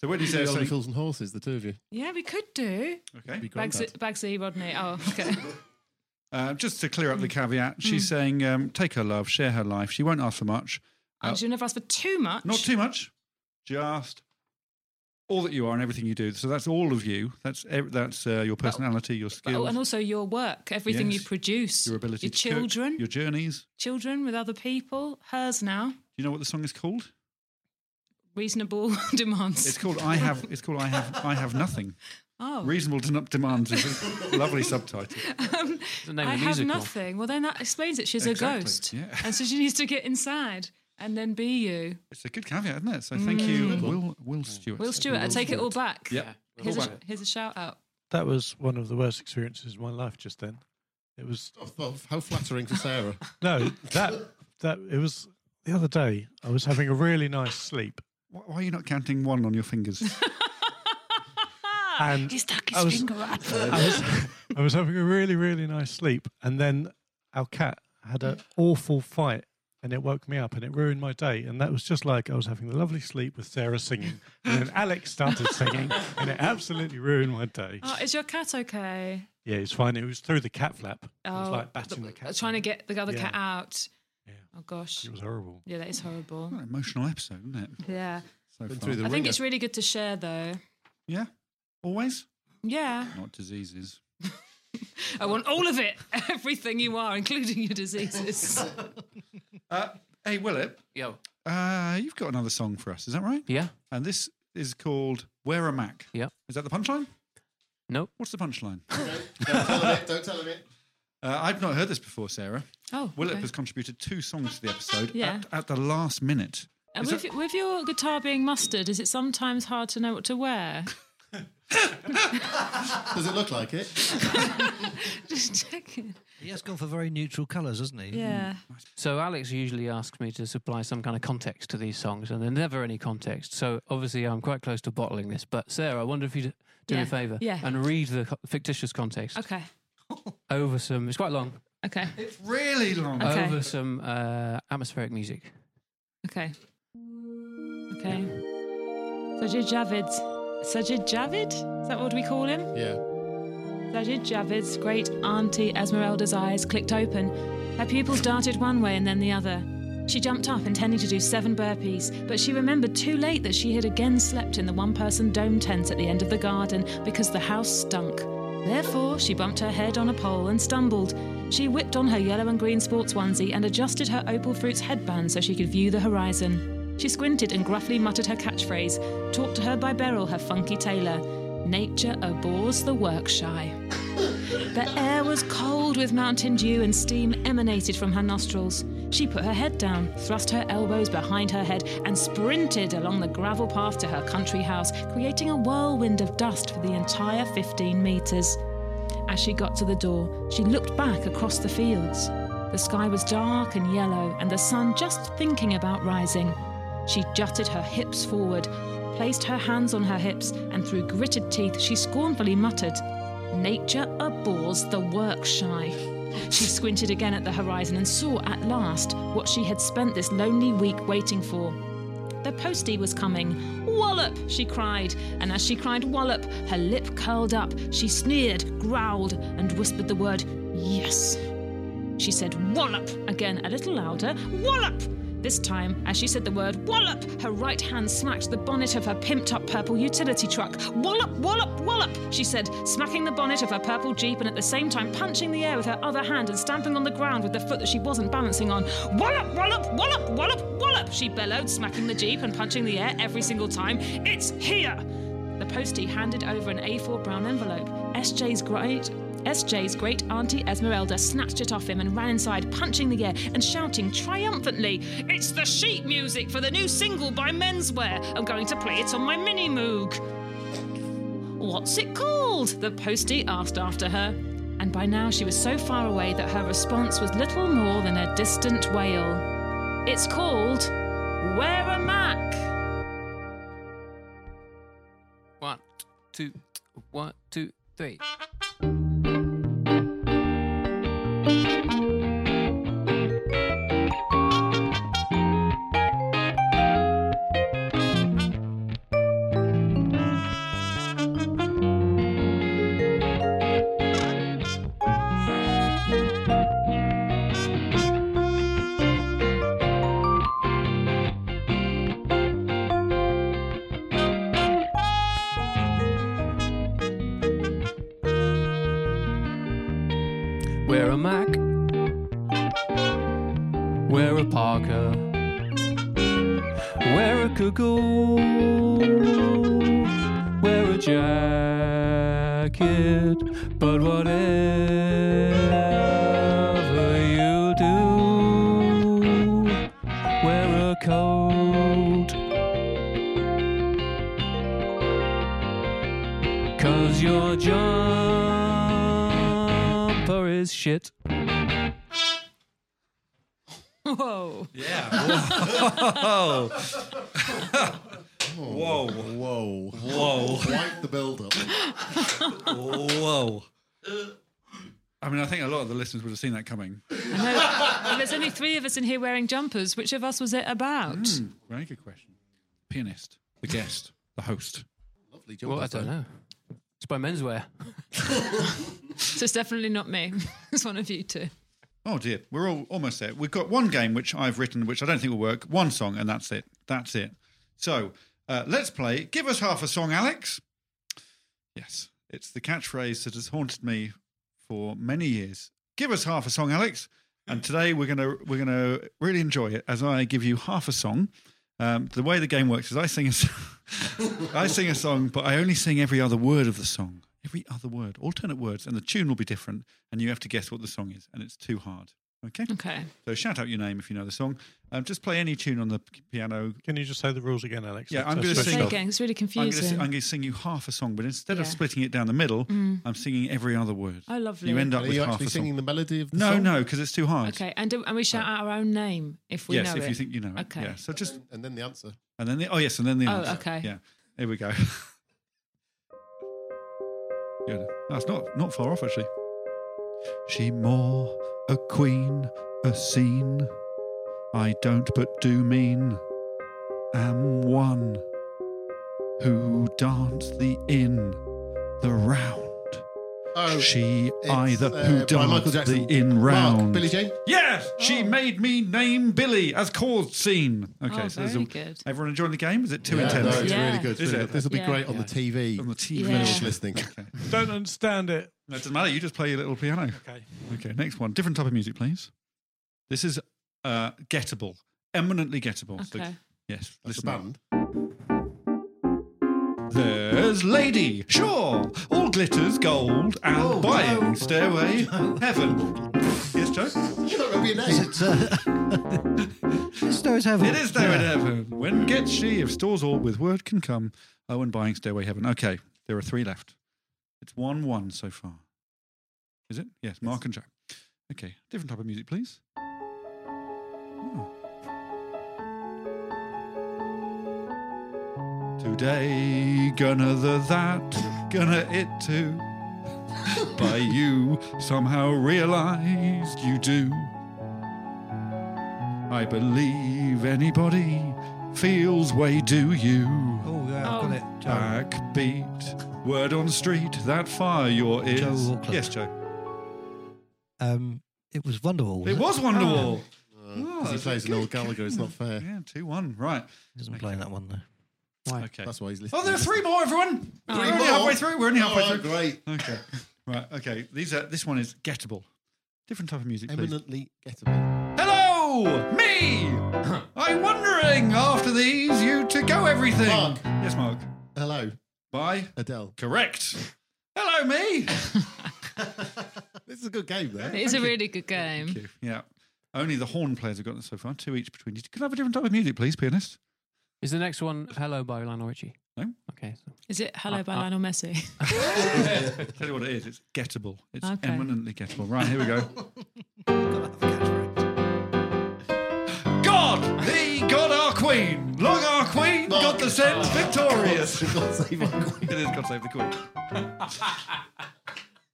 Speaker 1: So Whitney
Speaker 3: You do
Speaker 1: says,
Speaker 3: Only
Speaker 1: something-
Speaker 3: Fools and Horses, the two of you.
Speaker 8: Yeah, we could do.
Speaker 1: Okay. Be
Speaker 8: Bagsy, Bagsy Rodney. Oh, okay.
Speaker 1: uh, just to clear up the
Speaker 8: Mm.
Speaker 1: caveat, she's saying, um, take her love, share her life. She won't ask for much.
Speaker 8: I
Speaker 1: Uh,
Speaker 8: should never ask for too much.
Speaker 1: Not too much. Just all that you are and everything you do. So that's all of you. That's ev- that's uh, your personality, your
Speaker 8: Oh,
Speaker 1: skills,
Speaker 8: and also your work, everything
Speaker 1: Yes.
Speaker 8: you produce,
Speaker 1: your ability,
Speaker 8: your
Speaker 1: to cope,
Speaker 8: children,
Speaker 1: your journeys.
Speaker 8: children with other people. Hers now.
Speaker 1: Do you know what the song is called?
Speaker 8: Reasonable demands.
Speaker 1: It's called I have. It's called I have. I have nothing.
Speaker 8: Oh.
Speaker 1: Reasonable to not demand is a lovely subtitle.
Speaker 8: Um, I have nothing. Well, then that explains it. She's
Speaker 1: Exactly,
Speaker 8: a ghost,
Speaker 1: yeah.
Speaker 8: and so she needs to get inside and then be you.
Speaker 1: It's a good caveat, isn't it? So thank you, Will Will Stewart.
Speaker 8: Mm. Will Stewart, I take it all back.
Speaker 1: Yeah.
Speaker 8: Here's
Speaker 1: All
Speaker 8: a,
Speaker 1: back.
Speaker 8: here's a shout out.
Speaker 4: That was one of the worst experiences of my life just then. It was
Speaker 3: How flattering for Sarah.
Speaker 4: no that that it was the other day. I was having a really nice sleep,
Speaker 1: Why why are you not counting one on your fingers?
Speaker 4: and
Speaker 14: stuck
Speaker 4: I was-
Speaker 14: up.
Speaker 4: I was, I was having a really really nice sleep, and then our cat had an awful fight, and it woke me up, and it ruined my day. And that was just like I was having a lovely sleep with Sarah singing, and then Alex started singing, and it absolutely ruined my day.
Speaker 8: Oh, is your cat okay?
Speaker 4: Yeah, it's fine. It was through the cat flap.
Speaker 8: Oh,
Speaker 4: it was like batting the
Speaker 8: th-
Speaker 4: cat.
Speaker 8: trying to get the other
Speaker 4: Yeah.
Speaker 8: cat out. Oh gosh,
Speaker 4: It was horrible.
Speaker 8: yeah, that is horrible.
Speaker 1: What an emotional episode, isn't it?
Speaker 8: Yeah,
Speaker 1: So
Speaker 3: Been
Speaker 1: far.
Speaker 3: through the
Speaker 8: I think it's really good to share though.
Speaker 1: yeah, always
Speaker 8: Yeah,
Speaker 1: not diseases.
Speaker 8: I want all of it, everything you are, including your diseases.
Speaker 1: Uh, hey, Willip.
Speaker 11: Yo.
Speaker 1: Uh, you've got another song for us, is that right?
Speaker 11: Yeah.
Speaker 1: And this is called Wear a Mac.
Speaker 11: Yeah.
Speaker 1: Is that the punchline?
Speaker 11: Nope.
Speaker 1: What's the punchline?
Speaker 3: Don't tell him it. Don't tell him it.
Speaker 1: Uh, I've not heard this before, Sarah.
Speaker 8: Oh,
Speaker 1: Willip
Speaker 8: okay.
Speaker 1: has contributed two songs to the episode
Speaker 8: Yeah.
Speaker 1: at, at the last minute.
Speaker 8: And
Speaker 1: Is
Speaker 8: with,
Speaker 1: that-
Speaker 8: with your guitar being mustard, is it sometimes hard to know what to wear?
Speaker 3: Does it look like it?
Speaker 8: Just checking.
Speaker 13: He has gone for very neutral colours, hasn't he?
Speaker 8: Yeah.
Speaker 11: Hmm. So Alex usually asks me to supply some kind of context to these songs, and there's never any context. So obviously, I'm quite close to bottling this. But Sarah, I wonder if you'd do me
Speaker 8: Yeah,
Speaker 11: a favour
Speaker 8: yeah. Oh.
Speaker 11: and read the co- fictitious context
Speaker 8: Okay.
Speaker 11: over some. It's quite long.
Speaker 8: Okay.
Speaker 1: It's really long.
Speaker 8: Okay.
Speaker 11: Over some uh, atmospheric music.
Speaker 8: Okay. Okay. Sajid Javid. Sajid Javid? Is that what we call him?
Speaker 3: Yeah.
Speaker 8: Sajid Javid's great auntie Esmeralda's eyes clicked open. Her pupils darted one way and then the other. She jumped up, intending to do seven burpees, but she remembered too late that she had again slept in the one person dome tent at the end of the garden because the house stunk. Therefore, she bumped her head on a pole and stumbled. She whipped on her yellow and green sports onesie and adjusted her opal fruits headband so she could view the horizon. She squinted and gruffly muttered her catchphrase, taught to her by Beryl, her funky tailor Nature abhors the work shy. The air was cold with mountain dew and steam emanated from her nostrils. She put her head down, thrust her elbows behind her head, and sprinted along the gravel path to her country house, creating a whirlwind of dust for the entire 15 metres. As she got to the door, she looked back across the fields. The sky was dark and yellow, and the sun just thinking about rising. She jutted her hips forward, placed her hands on her hips, and through gritted teeth, she scornfully muttered, Nature abhors the work shy. She squinted again at the horizon and saw at last what she had spent this lonely week waiting for. The postie was coming. Wallop! she cried, and as she cried wallop, her lip curled up. She sneered, growled, and whispered the word yes. She said wallop again, a little louder. Wallop! This time, as she said the word wallop, her right hand smacked the bonnet of her pimped up purple utility truck. Wallop, wallop, wallop, she said, smacking the bonnet of her purple Jeep and at the same time punching the air with her other hand and stamping on the ground with the foot that she wasn't balancing on. Wallop, wallop, wallop, wallop, wallop, she bellowed, smacking the Jeep and punching the air every single time. It's here! The postie handed over an A4 brown envelope. SJ's great SJ's great auntie Esmeralda snatched it off him and ran inside, punching the air and shouting triumphantly, It's the sheet music for the new single by Menswear. I'm going to play it on my mini moog. What's it called? The postie asked after her. And by now she was so far away that her response was little more than a distant wail. It's called Wear a Mac.
Speaker 15: One, two, one, two, three. Wear a Mac. Wear a Parker. Wear a cuckoo. Wear a jacket. But whatever you do, wear a coat. Cause your jumper is shit.
Speaker 8: Whoa.
Speaker 15: Whoa.
Speaker 1: Oh.
Speaker 3: Whoa. Whoa.
Speaker 1: Whoa.
Speaker 3: Quite the build up.
Speaker 1: Whoa. I mean, I think a lot of the listeners would have seen that coming.
Speaker 14: Well, there's only three of us in here wearing jumpers. Which of us was it about?
Speaker 1: Hmm, Very good question. Pianist, the guest, the host.
Speaker 3: Lovely
Speaker 15: Well, I don't know. It's by menswear.
Speaker 14: So it's definitely not me. It's one of you two.
Speaker 1: Oh dear, we're all almost there. We've got one game which I've written, which I don't think will work. One song, and that's it. That's it. So uh, let's play. Give us half a song, Alex. Yes, it's the catchphrase that has haunted me for many years. Give us half a song, Alex. And today we're gonna we're gonna really enjoy it as I give you half a song. Um, the way the game works is I sing a song, I sing a song, but I only sing every other word of the song. Every other word, alternate words, and the tune will be different, and you have to guess what the song is, and it's too hard. Okay.
Speaker 14: Okay.
Speaker 1: So shout out your name if you know the song. Um, just play any tune on the p- piano.
Speaker 2: Can you just say the rules again, Alex?
Speaker 1: Yeah,
Speaker 2: Let's-
Speaker 1: I'm going to
Speaker 2: let's switch
Speaker 1: sing.
Speaker 2: it
Speaker 14: Say
Speaker 2: off.
Speaker 14: again, it's really
Speaker 1: I'm gonna
Speaker 14: confusing.
Speaker 1: si- I'm going to sing you half a song, but instead of
Speaker 14: Yeah.
Speaker 1: splitting it down the middle,
Speaker 14: Mm.
Speaker 1: I'm singing every other word.
Speaker 14: Oh, lovely.
Speaker 1: You end up
Speaker 3: Are
Speaker 1: with
Speaker 3: you
Speaker 1: half
Speaker 3: actually
Speaker 1: a song.
Speaker 3: singing the melody of the
Speaker 1: no,
Speaker 3: song?
Speaker 1: no, because it's too hard.
Speaker 14: Okay, and
Speaker 8: uh,
Speaker 14: do, and we shout out our own name if we
Speaker 1: yes,
Speaker 14: know
Speaker 1: if
Speaker 14: it.
Speaker 1: you think you know it.
Speaker 14: Okay.
Speaker 1: Yeah. So just
Speaker 3: And then the answer.
Speaker 1: and then the oh yes, and then the
Speaker 14: Oh,
Speaker 1: answer.
Speaker 14: okay.
Speaker 1: Yeah. Here we go. Good. That's not not far off actually. She more a queen, a scene. I don't but do mean. Am one who danced the in the round.
Speaker 3: Oh,
Speaker 1: she
Speaker 3: it's,
Speaker 1: either who
Speaker 3: uh, by Michael
Speaker 1: danced the
Speaker 3: Jackson.
Speaker 1: in
Speaker 3: Mark,
Speaker 1: round.
Speaker 3: Billie Jean?
Speaker 1: Yes, she made me name Billy as cause scene. Okay,
Speaker 14: Oh,
Speaker 1: so there's
Speaker 14: very
Speaker 1: a-
Speaker 14: good.
Speaker 1: everyone enjoying the game? Is it too
Speaker 3: Yeah,
Speaker 1: intense?
Speaker 3: No, it's
Speaker 14: Yeah.
Speaker 3: really good.
Speaker 1: Is it?
Speaker 3: This will be
Speaker 14: Yeah.
Speaker 3: great on
Speaker 1: Yeah.
Speaker 3: the TV.
Speaker 1: On the TV.
Speaker 14: Yeah.
Speaker 3: Just listening.
Speaker 2: Don't understand it.
Speaker 1: No, it doesn't matter. You just play your little piano.
Speaker 2: Okay.
Speaker 1: Okay, next one. Different type of music, please. This is uh, gettable, eminently gettable. So-
Speaker 14: Okay.
Speaker 1: yes,
Speaker 3: That's a
Speaker 1: listen. up.
Speaker 3: band.
Speaker 1: There's Lady, sure, all glitters gold and
Speaker 3: Oh,
Speaker 1: buying
Speaker 3: no.
Speaker 1: stairway heaven. Yes, Joe?
Speaker 3: You don't remember your name.
Speaker 13: It's, uh, it's Stairway to Heaven.
Speaker 1: It is Stairway to Heaven. When gets she if stores all with word can come? Oh, and buying Stairway Heaven. Okay, there are three left. It's one one so far. Is it? Yes, Mark and Joe. Okay, different type of music, please. Oh. Today, gonna the that, gonna it too. By you, somehow realized you do. I believe anybody feels way do you.
Speaker 13: Oh, yeah, I've got it. Joe.
Speaker 1: Backbeat, word on street, that fire your ears.
Speaker 13: Joe Auckland.
Speaker 1: Yes, Joe.
Speaker 13: Um, it Um, Oh. was Wonderwall.
Speaker 1: It
Speaker 13: wasn't
Speaker 1: was Wonderwall.
Speaker 3: Because Uh, he plays an old Gallagher. It's not fair.
Speaker 1: Yeah, 2 1. Right.
Speaker 13: He doesn't play that one though.
Speaker 1: Okay.
Speaker 3: That's why he's listening.
Speaker 1: Oh, there are three more, everyone.
Speaker 8: Oh,
Speaker 1: We're
Speaker 3: Three
Speaker 1: only
Speaker 3: more?
Speaker 1: halfway through. We're only halfway
Speaker 3: Oh,
Speaker 1: through.
Speaker 3: great.
Speaker 1: Okay. Right. Okay. These are, this one is gettable. Different type of music, please.
Speaker 3: Eminently gettable.
Speaker 1: Hello, me. I'm wondering after these you to go everything.
Speaker 3: Mark.
Speaker 1: Yes, Mark.
Speaker 3: Hello,
Speaker 1: Bye.
Speaker 3: Adele.
Speaker 1: Correct. Hello, me.
Speaker 3: This is a good game, there.
Speaker 8: It is a really good game.
Speaker 1: Yeah. Only the horn players have gotten it so far, two each between you. Can I have a different type of music, please, pianist?
Speaker 11: Is the next one Hello by Lionel Richie?
Speaker 1: No.
Speaker 11: Okay. so-
Speaker 8: Is it Hello
Speaker 11: Uh,
Speaker 8: by
Speaker 11: uh.
Speaker 8: Lionel Messi?
Speaker 1: Tell you what it is, it's gettable. It's
Speaker 8: Okay.
Speaker 1: eminently gettable. Right, here we go. God, thee, God our Queen, long our Queen, God the send victorious. God save our Queen. It is God save the Queen.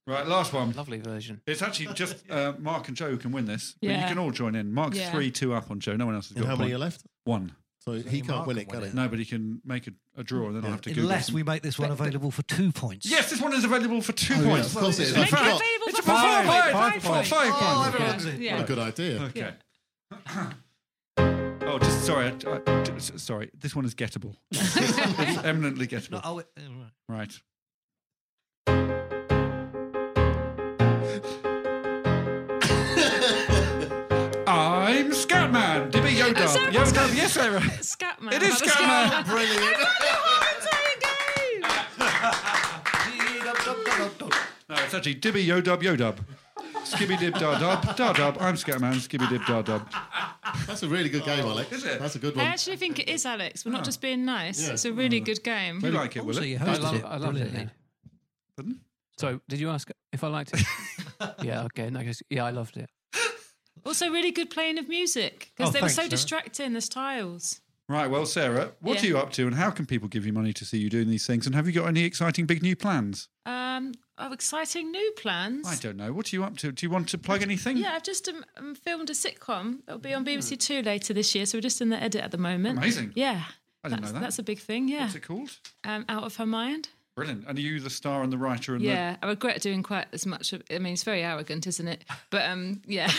Speaker 1: Right, last one.
Speaker 11: Lovely version.
Speaker 1: It's actually just uh, Mark and Joe who can win this. But you
Speaker 11: Yeah.
Speaker 1: can all join in. Mark's
Speaker 11: Yeah.
Speaker 1: three, two up on Joe. No one else has
Speaker 3: And
Speaker 1: got
Speaker 3: how
Speaker 1: a
Speaker 3: many
Speaker 1: point.
Speaker 3: are left?
Speaker 1: One.
Speaker 3: So he can't win it, can he?
Speaker 1: No, but he can make a, a draw and then I'll have to Google
Speaker 13: Unless
Speaker 1: some-
Speaker 13: we make this one available for two points.
Speaker 1: Yes, this one is available for two
Speaker 13: Oh, yeah,
Speaker 1: points.
Speaker 13: of course it is.
Speaker 1: It's
Speaker 13: Make it
Speaker 1: for-
Speaker 13: available
Speaker 1: it's
Speaker 13: for
Speaker 1: for
Speaker 13: five.
Speaker 1: five,
Speaker 13: Five
Speaker 1: for
Speaker 13: points.
Speaker 1: five
Speaker 13: Oh,
Speaker 1: points.
Speaker 13: everyone's in. Yeah.
Speaker 3: What a good idea.
Speaker 1: Okay. oh, just sorry. I, I- t- s- sorry, this one is gettable. it's eminently gettable.
Speaker 13: No, oh, it-
Speaker 1: right. I'm Scoutman. Dibby
Speaker 8: I'm
Speaker 1: Yodub.
Speaker 8: sorry,
Speaker 1: Yodub,
Speaker 8: Scout-
Speaker 1: yes, Sarah.
Speaker 8: Scatman.
Speaker 1: It is
Speaker 8: How the
Speaker 1: Scatman.
Speaker 8: Scatman-
Speaker 1: Brilliant. No, it's actually Dibby Yodub Yodub. Skibby Dib Da Dub. Da Dub. I'm Scoutman. Skibby Dib Da Dub.
Speaker 3: That's a really good game,
Speaker 1: Oh,
Speaker 3: Alex. Is it? That's a good
Speaker 8: I
Speaker 3: one.
Speaker 8: actually think it is, Alex. We're not just being nice.
Speaker 3: Yeah.
Speaker 8: It's a really good game.
Speaker 1: You like it, will it?
Speaker 11: I love, I loved it. Yeah. So, did you ask if I liked it? yeah. Okay. No, I guess- yeah, I loved it.
Speaker 8: Also, really good playing of music because
Speaker 1: Oh,
Speaker 8: they
Speaker 1: thanks,
Speaker 8: were so
Speaker 1: Sarah.
Speaker 8: distracting. There's tiles.
Speaker 1: Right, well, Sarah, what are
Speaker 8: Yeah.
Speaker 1: you up to and how can people give you money to see you doing these things? And have you got any exciting big new plans?
Speaker 8: Um, oh, exciting new plans.
Speaker 1: I don't know. What are you up to? Do you want to plug anything? Oh,
Speaker 8: Yeah, I've just um, um, filmed a sitcom. It'll be on BBC Two later this year, so we're just in the edit at the moment.
Speaker 1: Amazing.
Speaker 8: Yeah.
Speaker 1: I didn't
Speaker 8: that's,
Speaker 1: know that.
Speaker 8: That's a big thing, yeah.
Speaker 1: What's it called?
Speaker 8: Um, Out of Her Mind.
Speaker 1: Brilliant. And are you the star and the writer and
Speaker 8: yeah, I regret doing quite as much. Of, I mean, it's very arrogant, isn't it? But um, yeah,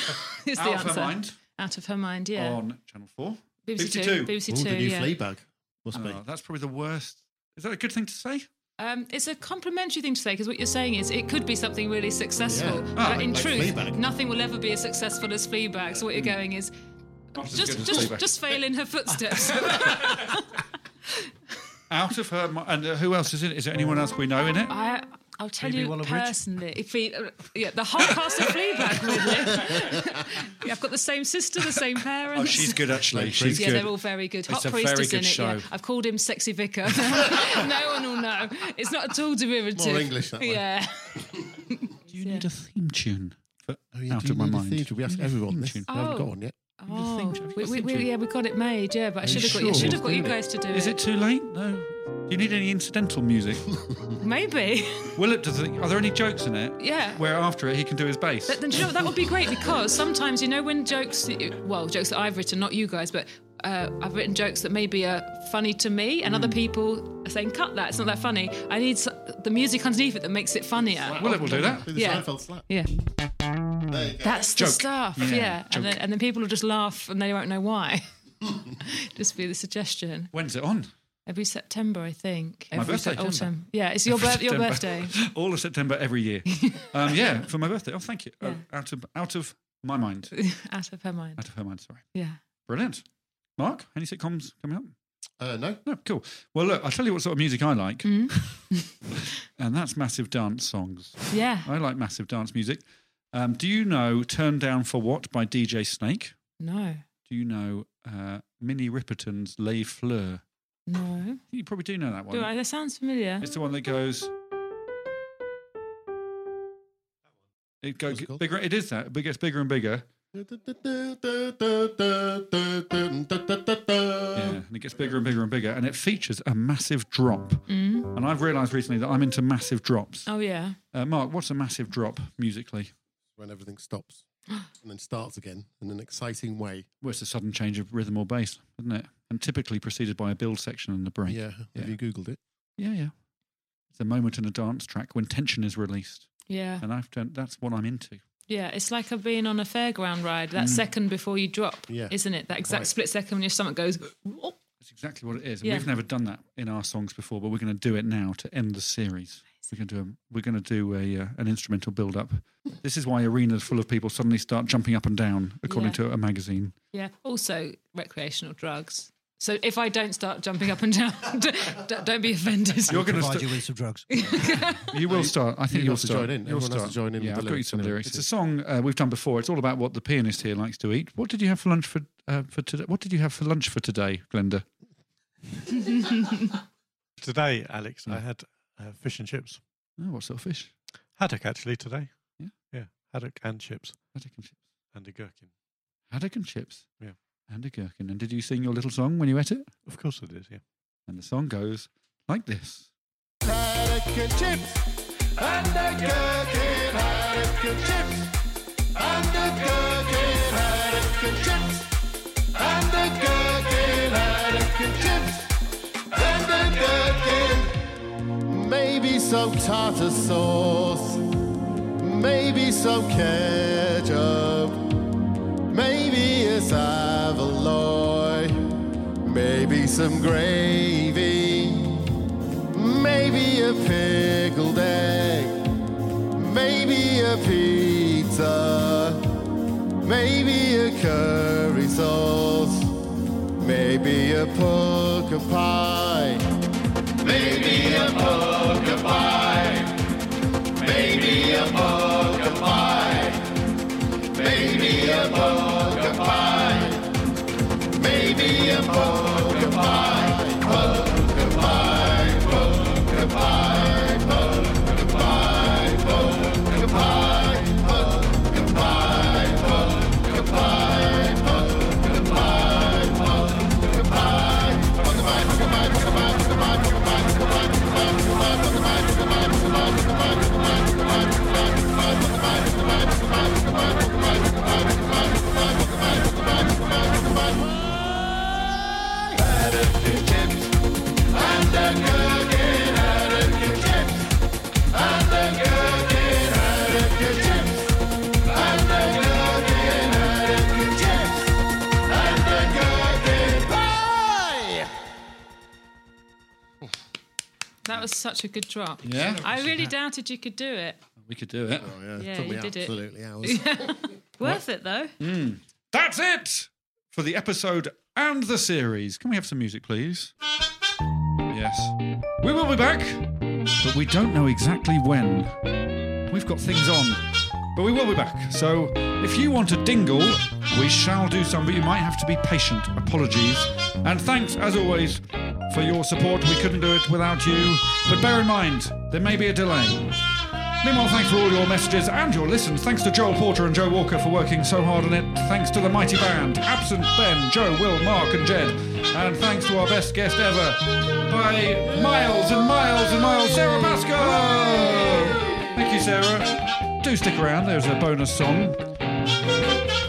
Speaker 8: it's
Speaker 1: Out
Speaker 8: the
Speaker 1: of Her
Speaker 8: answer.
Speaker 1: Mind? Oh,
Speaker 8: Out of Her Mind,
Speaker 1: the
Speaker 8: yeah.
Speaker 1: on Channel 4?
Speaker 8: BBC Two, BBC Ooh, the Two, new yeah. Fleabag.
Speaker 3: Must be.
Speaker 1: Oh, that's probably the worst. Is that a good thing to say?
Speaker 8: Um, it's a complimentary thing to say because what you're saying is it could be something really successful,
Speaker 1: Yeah.
Speaker 8: but
Speaker 1: Ah,
Speaker 8: in
Speaker 1: like
Speaker 8: truth,
Speaker 1: Fleabag. Hmm.
Speaker 8: nothing will ever be as successful as Fleabag. So what you're going is
Speaker 1: Not as good
Speaker 8: just
Speaker 1: as
Speaker 8: just
Speaker 1: Fleabag.
Speaker 8: just fail in her footsteps.
Speaker 1: Out of her mind. And uh, who else is in it? Is there anyone else we know in it?
Speaker 8: I I'll tell
Speaker 1: Phoebe
Speaker 8: you
Speaker 1: Waller-Bridge?
Speaker 8: personally, if we, uh, yeah, the whole cast of Fleabag. weirdly. yeah, I've got the same sister, the same parents.
Speaker 1: Oh, she's good, actually. She's
Speaker 8: yeah,
Speaker 1: good.
Speaker 8: they're all very good.
Speaker 1: It's
Speaker 8: Hot
Speaker 1: a
Speaker 8: Priest
Speaker 1: very
Speaker 8: is in
Speaker 1: good
Speaker 8: it. Yeah.
Speaker 1: show.
Speaker 8: I've called him Sexy Vicar. no one will know. It's not at all derivative.
Speaker 1: More English that way.
Speaker 8: Yeah.
Speaker 1: Do you need a theme tune for Out
Speaker 3: do
Speaker 1: of
Speaker 3: oh, you
Speaker 1: My
Speaker 3: need a
Speaker 1: Mind?
Speaker 3: theme tune? We asked everyone this.
Speaker 8: We haven't got Oh. one
Speaker 1: yet.
Speaker 8: Oh, we, we, we, yeah, we got it made. Yeah, but I
Speaker 1: Are you
Speaker 8: should have got you.
Speaker 1: sure?
Speaker 8: Should have got you guys to do
Speaker 1: Is it
Speaker 8: it.
Speaker 1: too late? No. Do you need any incidental music?
Speaker 8: Maybe.
Speaker 1: Willip does. The, are there any jokes in it?
Speaker 8: Yeah.
Speaker 1: Where after it he can do his bass.
Speaker 8: But then, do you know what? That would be great because sometimes, you know, when jokes, well, jokes that I've written, not you guys, but uh, I've written jokes that maybe are funny to me, and other people are saying, cut that, it's not that funny. I need s- the music underneath it that makes it funnier.
Speaker 1: Willip will do that.
Speaker 8: Yeah. Yeah. That's the
Speaker 1: Joke.
Speaker 8: stuff.
Speaker 1: Yeah,
Speaker 8: Yeah. And, then,
Speaker 1: joke.
Speaker 8: and then people will just laugh and they won't know why. Just be the suggestion.
Speaker 1: When's it on?
Speaker 8: Every September, I think.
Speaker 1: my
Speaker 8: Every
Speaker 1: birthday.
Speaker 8: Autumn. Yeah, it's your,
Speaker 1: Every
Speaker 8: bir- your
Speaker 1: September.
Speaker 8: birthday.
Speaker 1: All of September every year. um, yeah, for my birthday. Oh, thank you. Oh, out of out of my mind.
Speaker 8: Out of her mind.
Speaker 1: Out of her mind. Sorry.
Speaker 8: Yeah.
Speaker 1: Brilliant. Mark, any sitcoms coming up?
Speaker 3: Uh, no.
Speaker 1: No. Cool. Well, look, I'll tell you what sort of music I like, and that's massive dance songs.
Speaker 8: Mm-hmm. Yeah.
Speaker 1: I like massive dance music. Um, do you know "Turn Down for What" by DJ Snake?
Speaker 8: No.
Speaker 1: Do you know uh, Minnie Riperton's Les Fleurs?
Speaker 8: No.
Speaker 1: You probably do know that one.
Speaker 8: Do I? That sounds familiar.
Speaker 1: It's the one that goes. It goes bigger. It is that, but it gets bigger and bigger. Yeah, and it gets bigger and bigger and bigger, and it features a massive drop.
Speaker 8: Mm.
Speaker 1: And I've realised recently that I'm into massive drops.
Speaker 8: Oh yeah.
Speaker 1: Uh, Mark, what's a massive drop musically?
Speaker 3: When everything stops and then starts again in an exciting way.
Speaker 1: Well, it's a sudden change of rhythm or bass, isn't it? And typically preceded by a build section and a break.
Speaker 3: Yeah. Have you Googled it?
Speaker 1: Yeah, yeah. It's a moment in a dance track when tension is released,
Speaker 8: Yeah.
Speaker 1: and I've done, that's what I'm into.
Speaker 8: Yeah. It's like I've been on a fairground ride. That
Speaker 1: Mm.
Speaker 8: second before you drop.
Speaker 1: Yeah.
Speaker 8: Isn't it? That exact
Speaker 1: Quite.
Speaker 8: split second when your stomach goes.
Speaker 1: That's exactly what it is. And
Speaker 8: Yeah.
Speaker 1: We've never done that in our songs before, but we're going to do it now to end the series. We're going to do a, we're going to do a uh, an instrumental build up. This is why arenas full of people suddenly start jumping up and down, according
Speaker 8: Yeah.
Speaker 1: to a magazine.
Speaker 8: Yeah. Also recreational drugs. So if I don't start jumping up and down, d- d- don't be offended.
Speaker 13: You're going to provide you with some drugs.
Speaker 1: You will start. I think
Speaker 12: you
Speaker 1: you'll
Speaker 12: have to
Speaker 1: start.
Speaker 12: join in.
Speaker 1: You'll
Speaker 12: Everyone has
Speaker 1: start.
Speaker 12: to join in
Speaker 1: Yeah,
Speaker 12: with the
Speaker 1: I've got you
Speaker 12: lyrics
Speaker 1: some
Speaker 12: and
Speaker 1: lyrics. It's
Speaker 12: everything.
Speaker 1: a song uh, we've done before. It's all about what the pianist here likes to eat. What did you have for lunch for uh, for today? What did you have for lunch for today, Glenda?
Speaker 4: Today, Alex, I had uh, fish and chips.
Speaker 1: Oh, what sort of fish?
Speaker 4: Haddock, actually, today.
Speaker 1: Yeah?
Speaker 4: Yeah. Haddock and chips.
Speaker 1: Haddock and chips.
Speaker 4: And a gherkin.
Speaker 1: Haddock and chips.
Speaker 4: Yeah.
Speaker 1: And a gherkin. And did you sing your little song when you ate it?
Speaker 4: Of course it is, yeah.
Speaker 1: And the song goes like this.
Speaker 2: Haddock and chips and a gherkin. Haddock and chips and a gherkin. Haddock and chips and a gherkin. Haddock and chips and a gherkin.
Speaker 12: Maybe some tartar sauce. Maybe some ketchup. Maybe it's abalone. Maybe some gravy. Maybe a pickled egg. Maybe a pizza. Maybe a curry sauce. Maybe a poker pie. Maybe a poker pie.
Speaker 2: Maybe a poker pie. Maybe a poker pie. Maybe a poker pie. Poker pie. Poker pie. Poker pie. Poker pie. Poker pie. Poker pie. Poker pie. Poker pie. Poker pie.
Speaker 8: That was such a good drop.
Speaker 1: Yeah.
Speaker 8: I really doubted you could do it.
Speaker 1: We could do it.
Speaker 12: Oh, yeah.
Speaker 8: Yeah,
Speaker 12: Took me
Speaker 8: you did it.
Speaker 12: absolutely hours.
Speaker 8: Yeah. Worth it though.
Speaker 1: Mm. That's it for the episode and the series. Can we have some music, please? Yes. We will be back, but we don't know exactly when. Um, We've got things on, but we will be back. So if you want a dingle, we shall do some, but you might have to be patient. Apologies. And thanks, as always, for your support. We couldn't do it without you, but bear in mind, there may be a delay. Meanwhile, thanks for all your messages and your listens. Thanks to Joel Porter and Joe Walker for working so hard on it. Thanks to the mighty band, Absent Ben, Joe, Will, Mark, and Jed. And thanks to our best guest ever, by miles and miles and miles, Sarah Basco! Thank you, Sarah. Do stick around, there's a bonus song,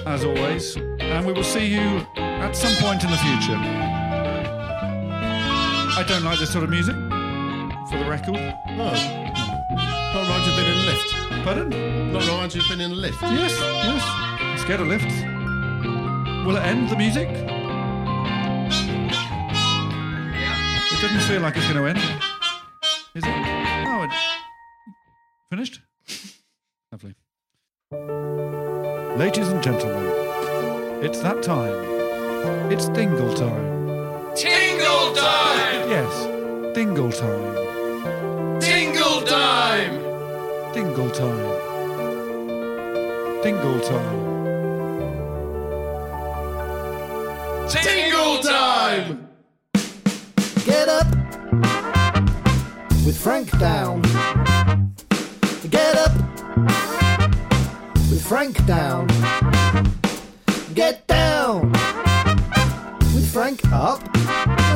Speaker 1: as always. And we will see you at some point in the future. I don't like this sort of music, for the record.
Speaker 12: No. Not Roger's been in a lift.
Speaker 1: Pardon?
Speaker 12: Not Roger's been in a lift.
Speaker 1: Yes, yes. Scared of lifts? Will it end the music? It doesn't feel like it's going to end. Is it? Oh, it finished. Lovely. Ladies and gentlemen, it's that time. It's Dingle time.
Speaker 2: Tingle time!
Speaker 1: Yes, Dingle time.
Speaker 2: Tingle time!
Speaker 1: Dingle time. Dingle time.
Speaker 2: Tingle time!
Speaker 16: Get up with Frank down. Get up with Frank down. Get down with Frank up.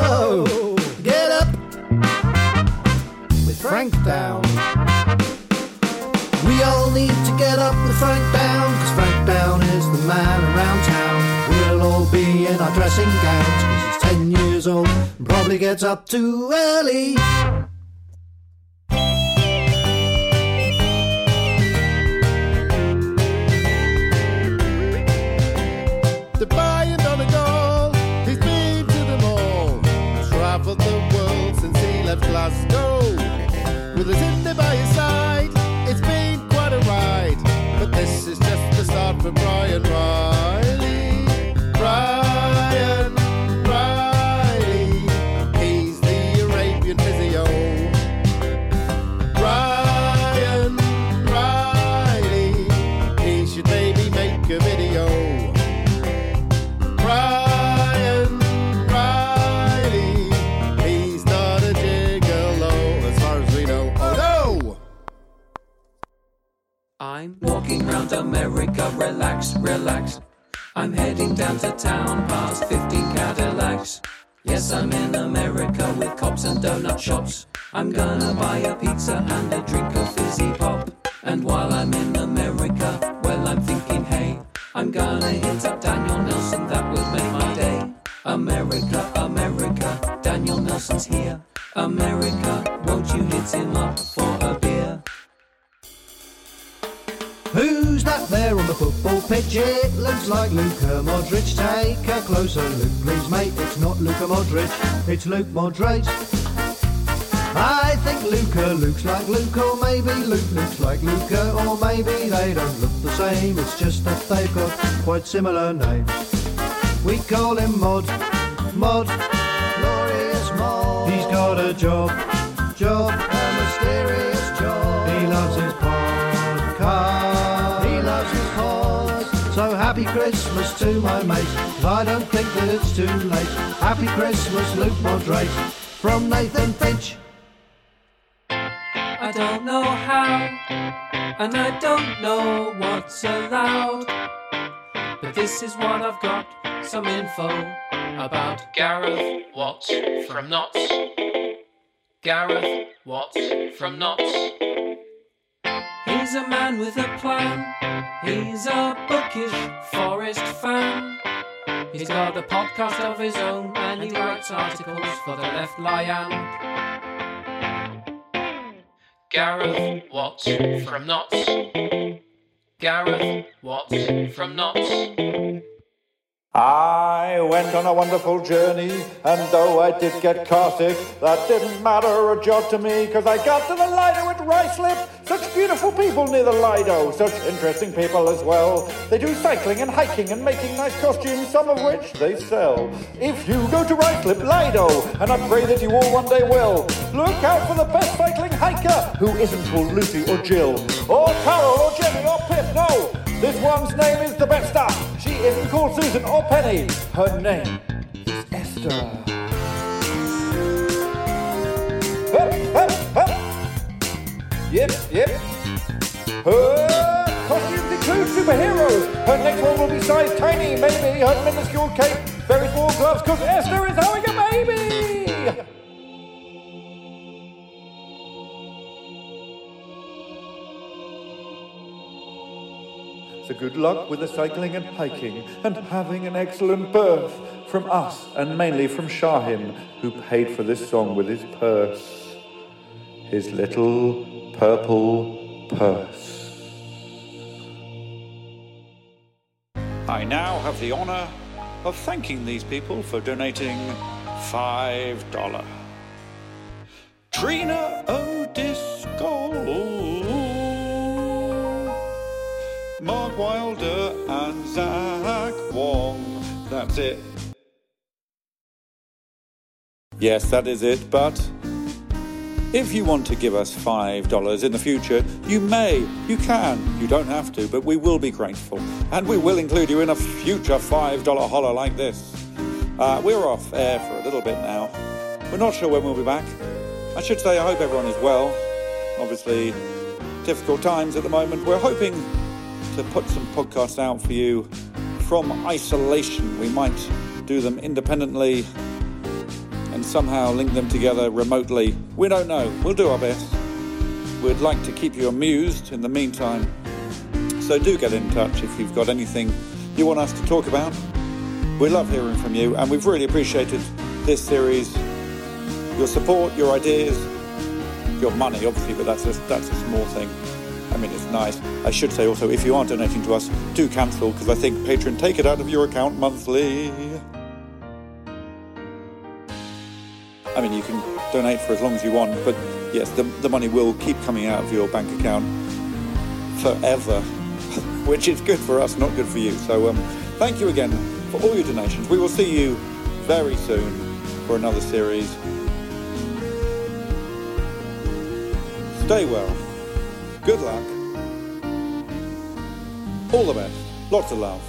Speaker 16: Oh, get up with Frank down. We all need to get up with Frank down, 'cause Frank down is the man around town. We'll all be in our dressing gowns, 'cause he's ten years old and probably gets up too early.
Speaker 2: The buying on a goal, he's been to the mall.
Speaker 12: Traveled the world since he left Glasgow. With a Tinder by his side, it's been quite a ride. But this is just the start for Brian Riley. Brian, Brian. Oh,
Speaker 15: I'm walking round America, relax, relax. I'm heading down to town past 15 Cadillacs. Yes, I'm in America with cops and donut shops. I'm gonna buy a pizza and a drink of fizzy pop. And while I'm in America, well, I'm thinking, hey, I'm gonna hit up Daniel Nelson, that will make my day. America, America, Daniel Nelson's here. America, won't you hit him up for a beer?
Speaker 16: Who's that there on the football pitch? It looks like Luka Modric. Take a closer look, please, mate. It's not Luka Modric, it's Luke Modric. I think Luca looks like Luke, or maybe Luke looks like Luca, or maybe they don't look the same. It's just that they've got quite similar names. We call him Mod, Mod, glorious Mod. He's got a job, job, a mysterious job. He loves his podcast. He loves his podcast. So happy Christmas to my mates. 'cause I don't think that it's too late. Happy Christmas, Luke Modrace, from Nathan Finch.
Speaker 15: I don't know how, and I don't know what's allowed. But this is what I've got some info about Gareth Watts from Knots. Gareth Watts from Knots. He's a man with a plan, he's a bookish forest fan. He's got a podcast of his own, and he writes articles for the Left Lion. Gareth Watts from Knots. Gareth Watts from Knots.
Speaker 2: I went on a wonderful journey, and though I did get caustic, that didn't matter a jot to me, because I got to the Lido at Ryslip. Such beautiful people near the Lido, such interesting people as well. They do cycling and hiking and making nice costumes, some of which they sell. If you go to Ryslip Lido, and I pray that you all one day will, look out for the best cycling hiker who isn't called Lucy or Jill, or Carol or Jenny or Pip, no! This one's name is the Besta. She isn't called Susan or Penny. Her name is Esther. Hup, hup, hup. Yep, yep. Her costumes include superheroes. Her next one will be size tiny, maybe. Her minuscule cape, very small gloves, because Esther is having a baby. So good luck with the cycling and hiking, and having an excellent birth from us, and mainly from Shahim, who paid for this song with his purse. His little purple purse.
Speaker 1: I now have the honor of thanking these people for donating $5. Trina O'Discoll, Mark Wilder, and Zach Wong. That's it. Yes, that is it, but. If you want to give us $5 in the future, you may, you can, you don't have to, but we will be grateful. And we will include you in a future $5 holler like this. Uh, we're off air for a little bit now. We're not sure when we'll be back. I should say I hope everyone is well. Obviously, difficult times at the moment. We're hoping to put some podcasts out for you from isolation. We might do them independently and somehow link them together remotely. We don't know. We'll do our best. We'd like to keep you amused in the meantime. So do get in touch if you've got anything you want us to talk about. We love hearing from you and we've really appreciated this series. Your support, your ideas, your money, obviously, but that's a, that's a small thing. I mean, it's nice. I should say also, if you are donating to us, do cancel because I think Patreon take it out of your account monthly. I mean, you can donate for as long as you want, but yes, the, the money will keep coming out of your bank account forever, which is good for us, not good for you. So, um, thank you again for all your donations. We will see you very soon for another series. Stay well. Good luck. All the best. Lots of love.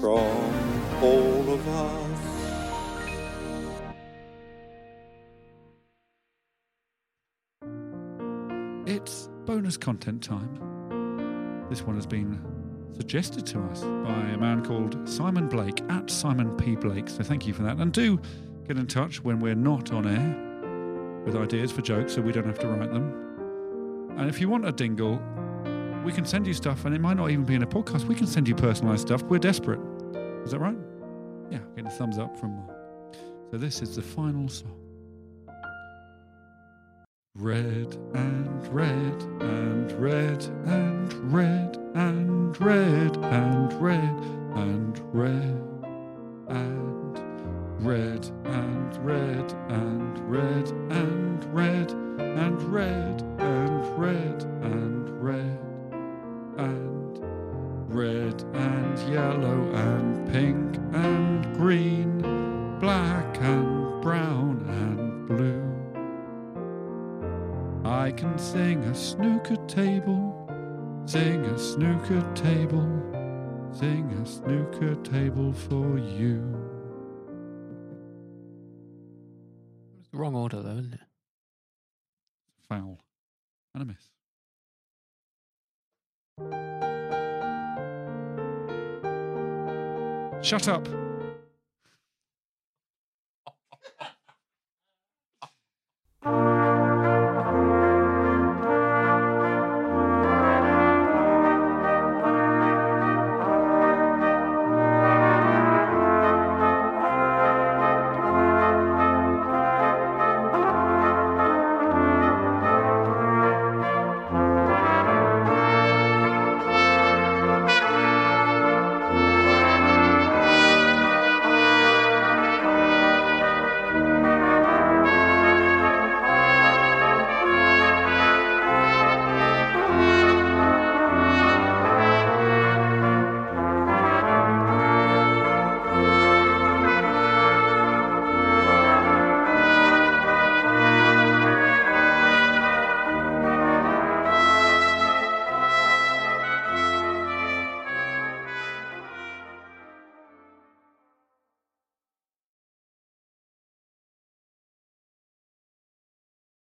Speaker 1: From all of us.
Speaker 17: It's
Speaker 1: bonus content time. This one has been suggested to us by a man called Simon Blake at Simon P. Blake. So thank you for that. And do get in touch when we're not on air with ideas for jokes so we don't have to write them. And if you want a dingle, we can send you stuff, and it might not even be in a podcast. We can send you personalized stuff. We're desperate. Is that right? Yeah, getting a thumbs up from Mark. So this is the final song. Red and red and red and red and red and red and red and red and red and red and red and red and red and red and red and yellow and pink and green, black and brown and blue. I can sing a snooker table, sing a snooker table, sing a snooker table for you.
Speaker 11: Wrong order, though, isn't it?
Speaker 1: Foul. And a miss. Shut up.